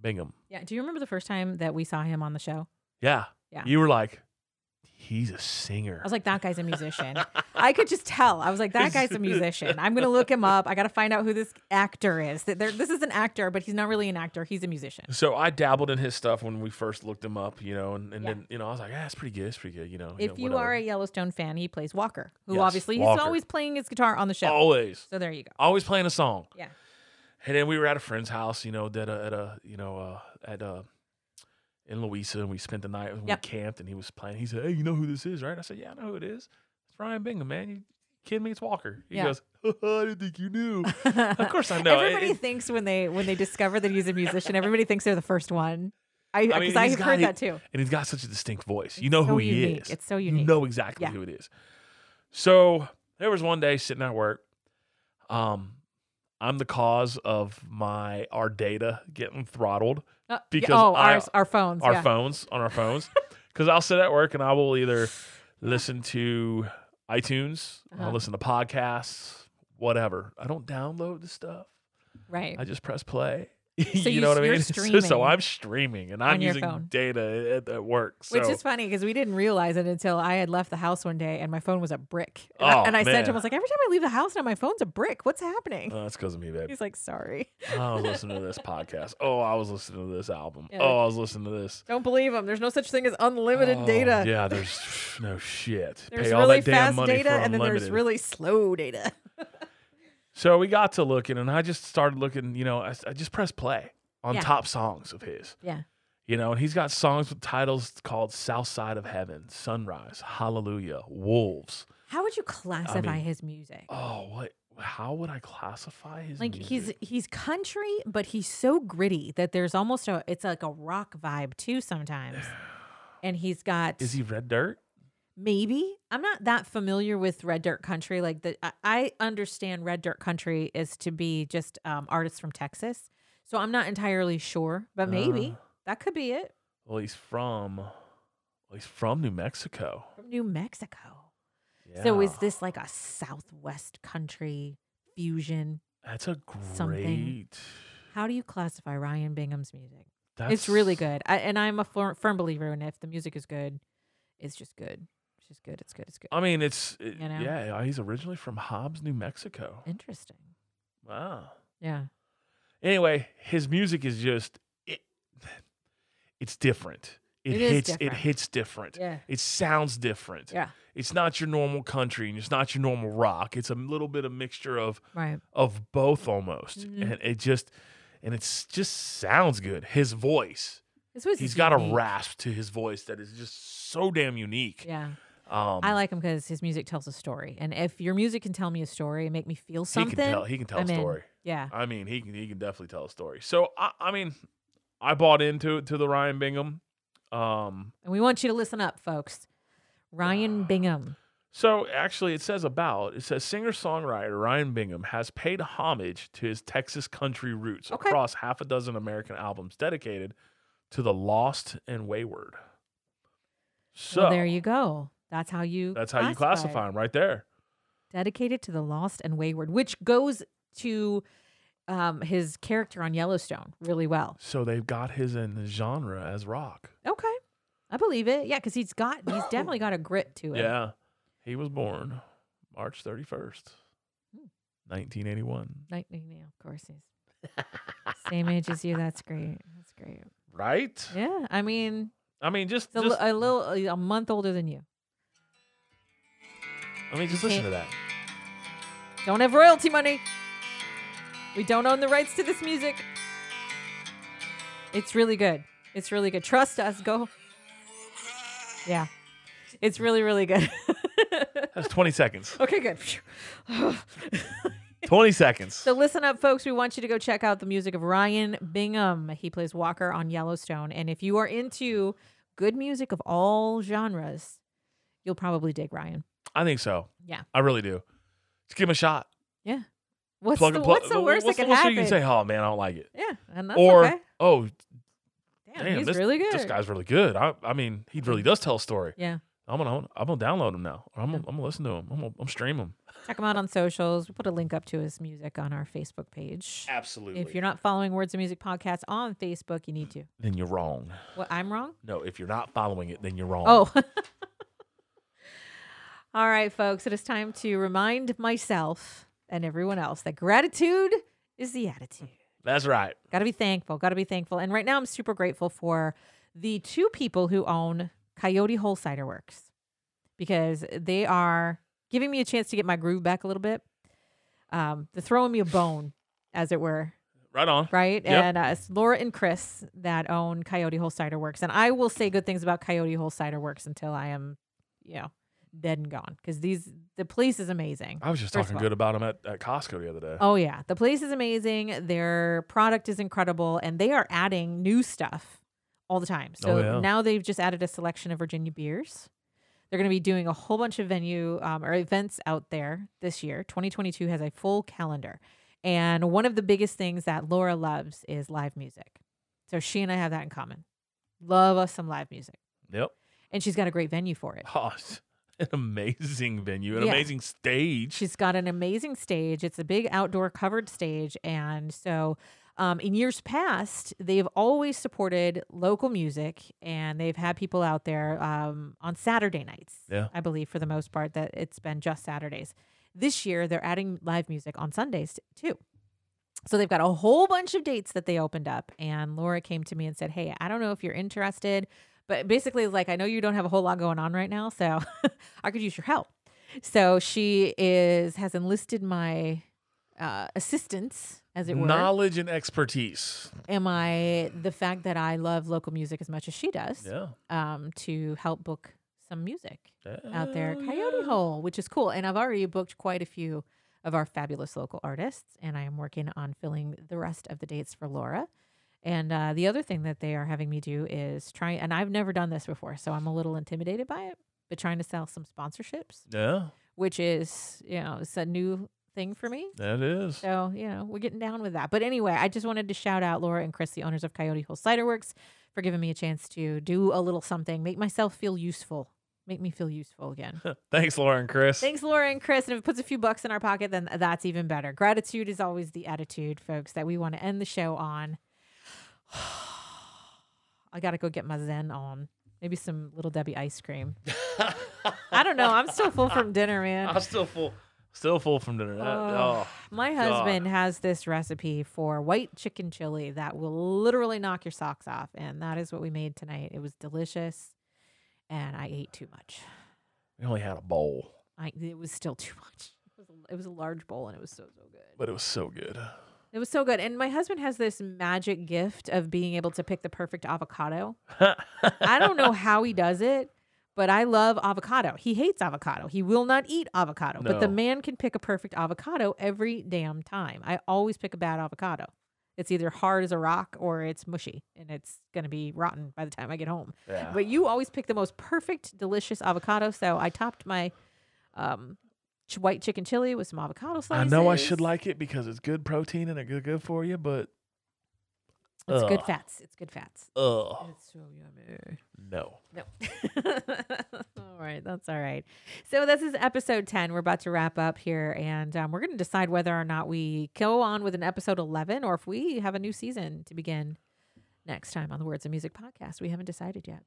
Bingham. Yeah. Do you remember the first time that we saw him on the show? Yeah. Yeah. You were like, he's a singer. I was like, that guy's a musician. I could just tell. I was like, that guy's a musician. I'm going to look him up. I got to find out who this actor is. That there- This is an actor, but he's not really an actor. He's a musician. So I dabbled in his stuff when we first looked him up, you know, and, and Yeah. then you know I was like, ah, it's pretty good, it's pretty good, you know. If know, you are a whatever. Yellowstone fan, he plays Walker, who Yes, obviously he's Walker. Oh. always playing his guitar on the show. always, So there you go. always playing a song. Yeah. And then we were at a friend's house, you know, that uh, at a you know uh, at uh, in Louisa, and we spent the night. and Yeah. We camped, and he was playing. He said, "Hey, you know who this is, right?" I said, "Yeah, I know who it is. It's Ryan Bingham, man. You kidding me? It's Walker." He Yeah. goes, "I didn't think you knew." of course I know. It- everybody it- thinks when they when they discover that he's a musician, everybody thinks they're the first one. I mean, because I, he's have got heard it- that too. and he's got such a distinct voice. you It's know so who he unique. is. It's so You unique. Uh, know exactly Yeah. who it is. So there was one day sitting at work. Um, I'm the cause of my our data getting throttled, Uh, yeah, because oh, I- our our phones, our yeah. phones on our phones, because I'll sit at work and I will either listen to iTunes, Uh-huh. I'll listen to podcasts, whatever. I don't download the stuff. right? I just press play. So you you- know what I you're mean? streaming so I'm streaming and I'm on your using phone. data at, at work. So Which is funny because we didn't realize it until I had left the house one day and my phone was a brick. And I, Oh, and I said to him, man. "I was like, every time I leave the house now, my phone's a brick. What's happening?" Oh, that's because of me, babe. He's like, "Sorry, I was listening to this podcast. Oh, I was listening to this album. Yeah. Oh, I was listening to this. don't believe him. There's no such thing as unlimited Oh, data. Yeah, there's no shit. There's Pay all really that damn fast money data, for and then there's unlimited. really slow data. So we got to looking, and I just started looking. You know, I, I just pressed play on Yeah. top songs of his. Yeah. You know, and he's got songs with titles called "South Side of Heaven," "Sunrise," "Hallelujah," "Wolves." How would you classify mean, his music? Oh, what? How would I classify his? like music? he's he's country but he's so gritty that there's almost a it's like a rock vibe too sometimes and he's got is he Red Dirt? maybe i'm not that familiar with red dirt country like the I, I understand red dirt country is to be just um, artists from texas so i'm not entirely sure but maybe Uh. that could be it Well, he's from. Well, he's from New Mexico. from new mexico so is Yeah. this like a southwest country fusion That's a great. something. how do you classify ryan bingham's music That's, It's really good. I, and I'm a fir- firm believer in if the music is good, it's just good. It's just good. It's good. It's good. I mean, it's it- You know? yeah. He's originally from Hobbs, New Mexico. Interesting. Wow. Yeah. Anyway, his music is just it. It's different. It, It is hits. different. It hits different. Yeah. It sounds different. Yeah. It's not your normal country and it's not your normal rock. It's a little bit of mixture of Right. of both almost, Mhm. and it just and it's just sounds good. His voice. This was He's got a unique. rasp to his voice that is just so damn unique. Yeah. Um, I like him because his music tells a story. And if your music can tell me a story and make me feel something, He can tell. He can tell I'm a in. story. yeah. I mean, he can. He can definitely tell a story. So I, I mean, I bought into to the Ryan Bingham. Um, And we want you to listen up, folks. Ah, Ryan Bingham. so actually, it says about it says singer songwriter Ryan Bingham has paid homage to his Texas country roots Okay. across half a dozen American albums dedicated to the lost and wayward. So well, there you go. That's how you. That's how you classify him, right there. Dedicated to the lost and wayward, which goes to um, his character on Yellowstone really well. So they've got his in the genre as rock. Okay. I believe it. Yeah, because he's got he's definitely got a grit to it. Yeah. He was born March 31st, Hmm. 1981. Lightning, yeah, of course he's same age as you. That's great. That's great. Right? Yeah. uh, I mean, I mean, just, it's a, li- just a little a month older than you. I mean, just listen to that. Don't have royalty money. We don't own the rights to this music. It's really good. It's really good. Trust us. Go. Yeah. It's really, really good. That's 20 seconds. okay, good. Phew. 20 seconds. So listen up, folks. We want you to go check out the music of Ryan Bingham. He plays Walker on Yellowstone. And if you are into good music of all genres, you'll probably dig Ryan. I think so. Yeah. I really do. Just give him a shot. What's plug the, and play- what's the worst what's that could the worst happen? You can say, oh man, I don't like it. Yeah, and that's or okay. oh Damn, damn, he's this- really good. this guy's really good. I, I mean, he really does tell a story. yeah, I'm gonna, I'm gonna- I'm gonna download him now. I'm Yeah. gonna, I'm gonna listen to him. I'm gonna, I'm gonna stream him. check him out on socials. We put a link up to his music on our Facebook page. Absolutely. If you're not following Words of Music podcast on Facebook, you need to. then you're wrong. What I'm wrong? No, if you're not following it, then you're wrong. Oh. All right, folks, it is time to remind myself and everyone else that gratitude is the attitude. that's right. Got to be thankful. Got to be thankful. And right now, I'm super grateful for the two people who own Coyote Whole Cider Works because they are giving me a chance to get my groove back a little bit. Um, they're throwing me a bone, as it were, Right on. right? Yep. And uh, it's Laura and Chris that own Coyote Whole Cider Works. And I will say good things about Coyote Whole Cider Works until I am, you know, dead and gone because these the place is amazing. I was just First of talking all- good about him at, at Costco the other day. Oh yeah, the place is amazing. Their product is incredible, and they are adding new stuff all the time. So Oh, yeah. now they've just added a selection of Virginia beers. They're going to be doing a whole bunch of venue um, or events out there this year. 2022 has a full calendar, and one of the biggest things that Laura loves is live music. So she and I have that in common. Love us some live music, Yep. and she's got a great venue for it. Oh, it's an amazing venue, an Yeah. amazing stage. She's got an amazing stage. It's a big outdoor covered stage. And so um, in years past, they've always supported local music and they've had people out there um, on Saturday nights, Yeah. I believe, for the most part, that it's been just Saturdays. This year, they're adding live music on Sundays t- too. So they've got a whole bunch of dates that they opened up. And Laura came to me and said, Hey, I don't know if you're interested, but basically, it's like, I know you don't have a whole lot going on right now. So I could use your help. So she is has enlisted my uh, assistance, as it were. Knowledge and expertise. Am I the fact that I love local music as much as she does? Yeah. Um, to help book some music out there, at Oh, Coyote Hole, which is cool. And I've already booked quite a few of our fabulous local artists, and I am working on filling the rest of the dates for Laura. And uh, the other thing that they are having me do is try, and I've never done this before, so I'm a little intimidated by it, but trying to sell some sponsorships Yeah, which is you know it's a new thing for me that is. so you know we're getting down with that but anyway i just wanted to shout out laura and chris the owners of coyote hole cider works for giving me a chance to do a little something make myself feel useful make me feel useful again Thanks, Lauren, Chris. thanks laura and chris and if it puts a few bucks in our pocket then that's even better gratitude is always the attitude folks that we want to end the show on i gotta go get my zen on maybe some little debbie ice cream i don't know i'm still full from dinner man I'm still full. Still full from dinner. That- Oh. oh, My husband has this recipe for white chicken chili that will literally knock your socks off. And that is what we made tonight. It was delicious. And I ate too much. we only had a bowl, I, it was still too much. It was, a, it was a large bowl and it was so, so good. but it was so good. It was so good. And my husband has this magic gift of being able to pick the perfect avocado. I don't know how he does it, but I love avocado. He hates avocado. He will not eat avocado, but the No. man can pick a perfect avocado every damn time. I always pick a bad avocado. It's either hard as a rock or it's mushy and it's going to be rotten by the time I get home. Yeah. But you always pick the most perfect, delicious avocado. So I topped my um, ch- white chicken chili with some avocado I slices. know I should like it because it's good protein and it's good, good for you, but It's good Ugh. fats. It's good fats. ugh, It's so yummy. no. No. all right. That's all right. So, this is episode 10. We're about to wrap up here, and um, we're going to decide whether or not we go on with an episode 11 or if we have a new season to begin next time on the Words of Music podcast. We haven't decided yet.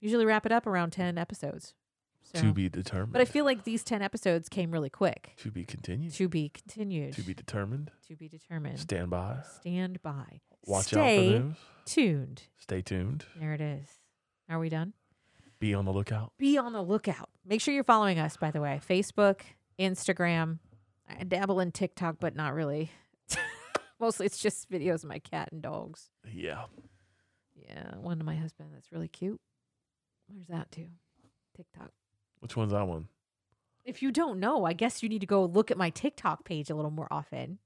Usually wrap it up around 10 episodes. So, To be determined. but I feel like these 10 episodes came really quick. to be continued. To be continued. To be determined. to be determined. Stand by. Stand by. Watch out Stay for news. tuned. Stay tuned. There it is. Are we done? Be on the lookout. be on the lookout. Make sure you're following us, by the way. Facebook, Instagram. I dabble in TikTok, but not really. Mostly it's just videos of my cat and dogs. Yeah. Yeah, one to my husband that's really cute. There's that too. TikTok. Which one's that one? If you don't know, I guess you need to go look at my TikTok page a little more often.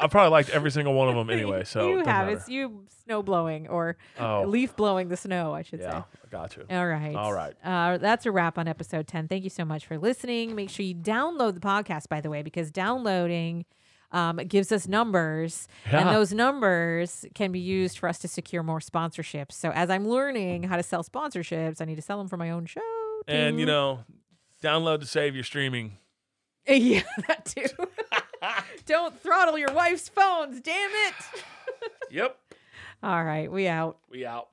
I probably liked every single one of them anyway. So it you doesn't have matter. it's you snow blowing or Oh, leaf blowing the snow, I should yeah, say. I got you. All right. All right. Uh, that's a wrap on episode 10. Thank you so much for listening. Make sure you download the podcast, by the way, because downloading um, gives us numbers, and Yeah. those numbers can be used for us to secure more sponsorships. So, as I'm learning how to sell sponsorships, I need to sell them for my own show. And you Ding. know, download to save your streaming. yeah, that too. Don't throttle your wife's phones, damn it. Yep, All right, we out. we out.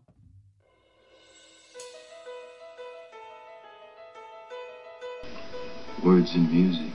Words and music.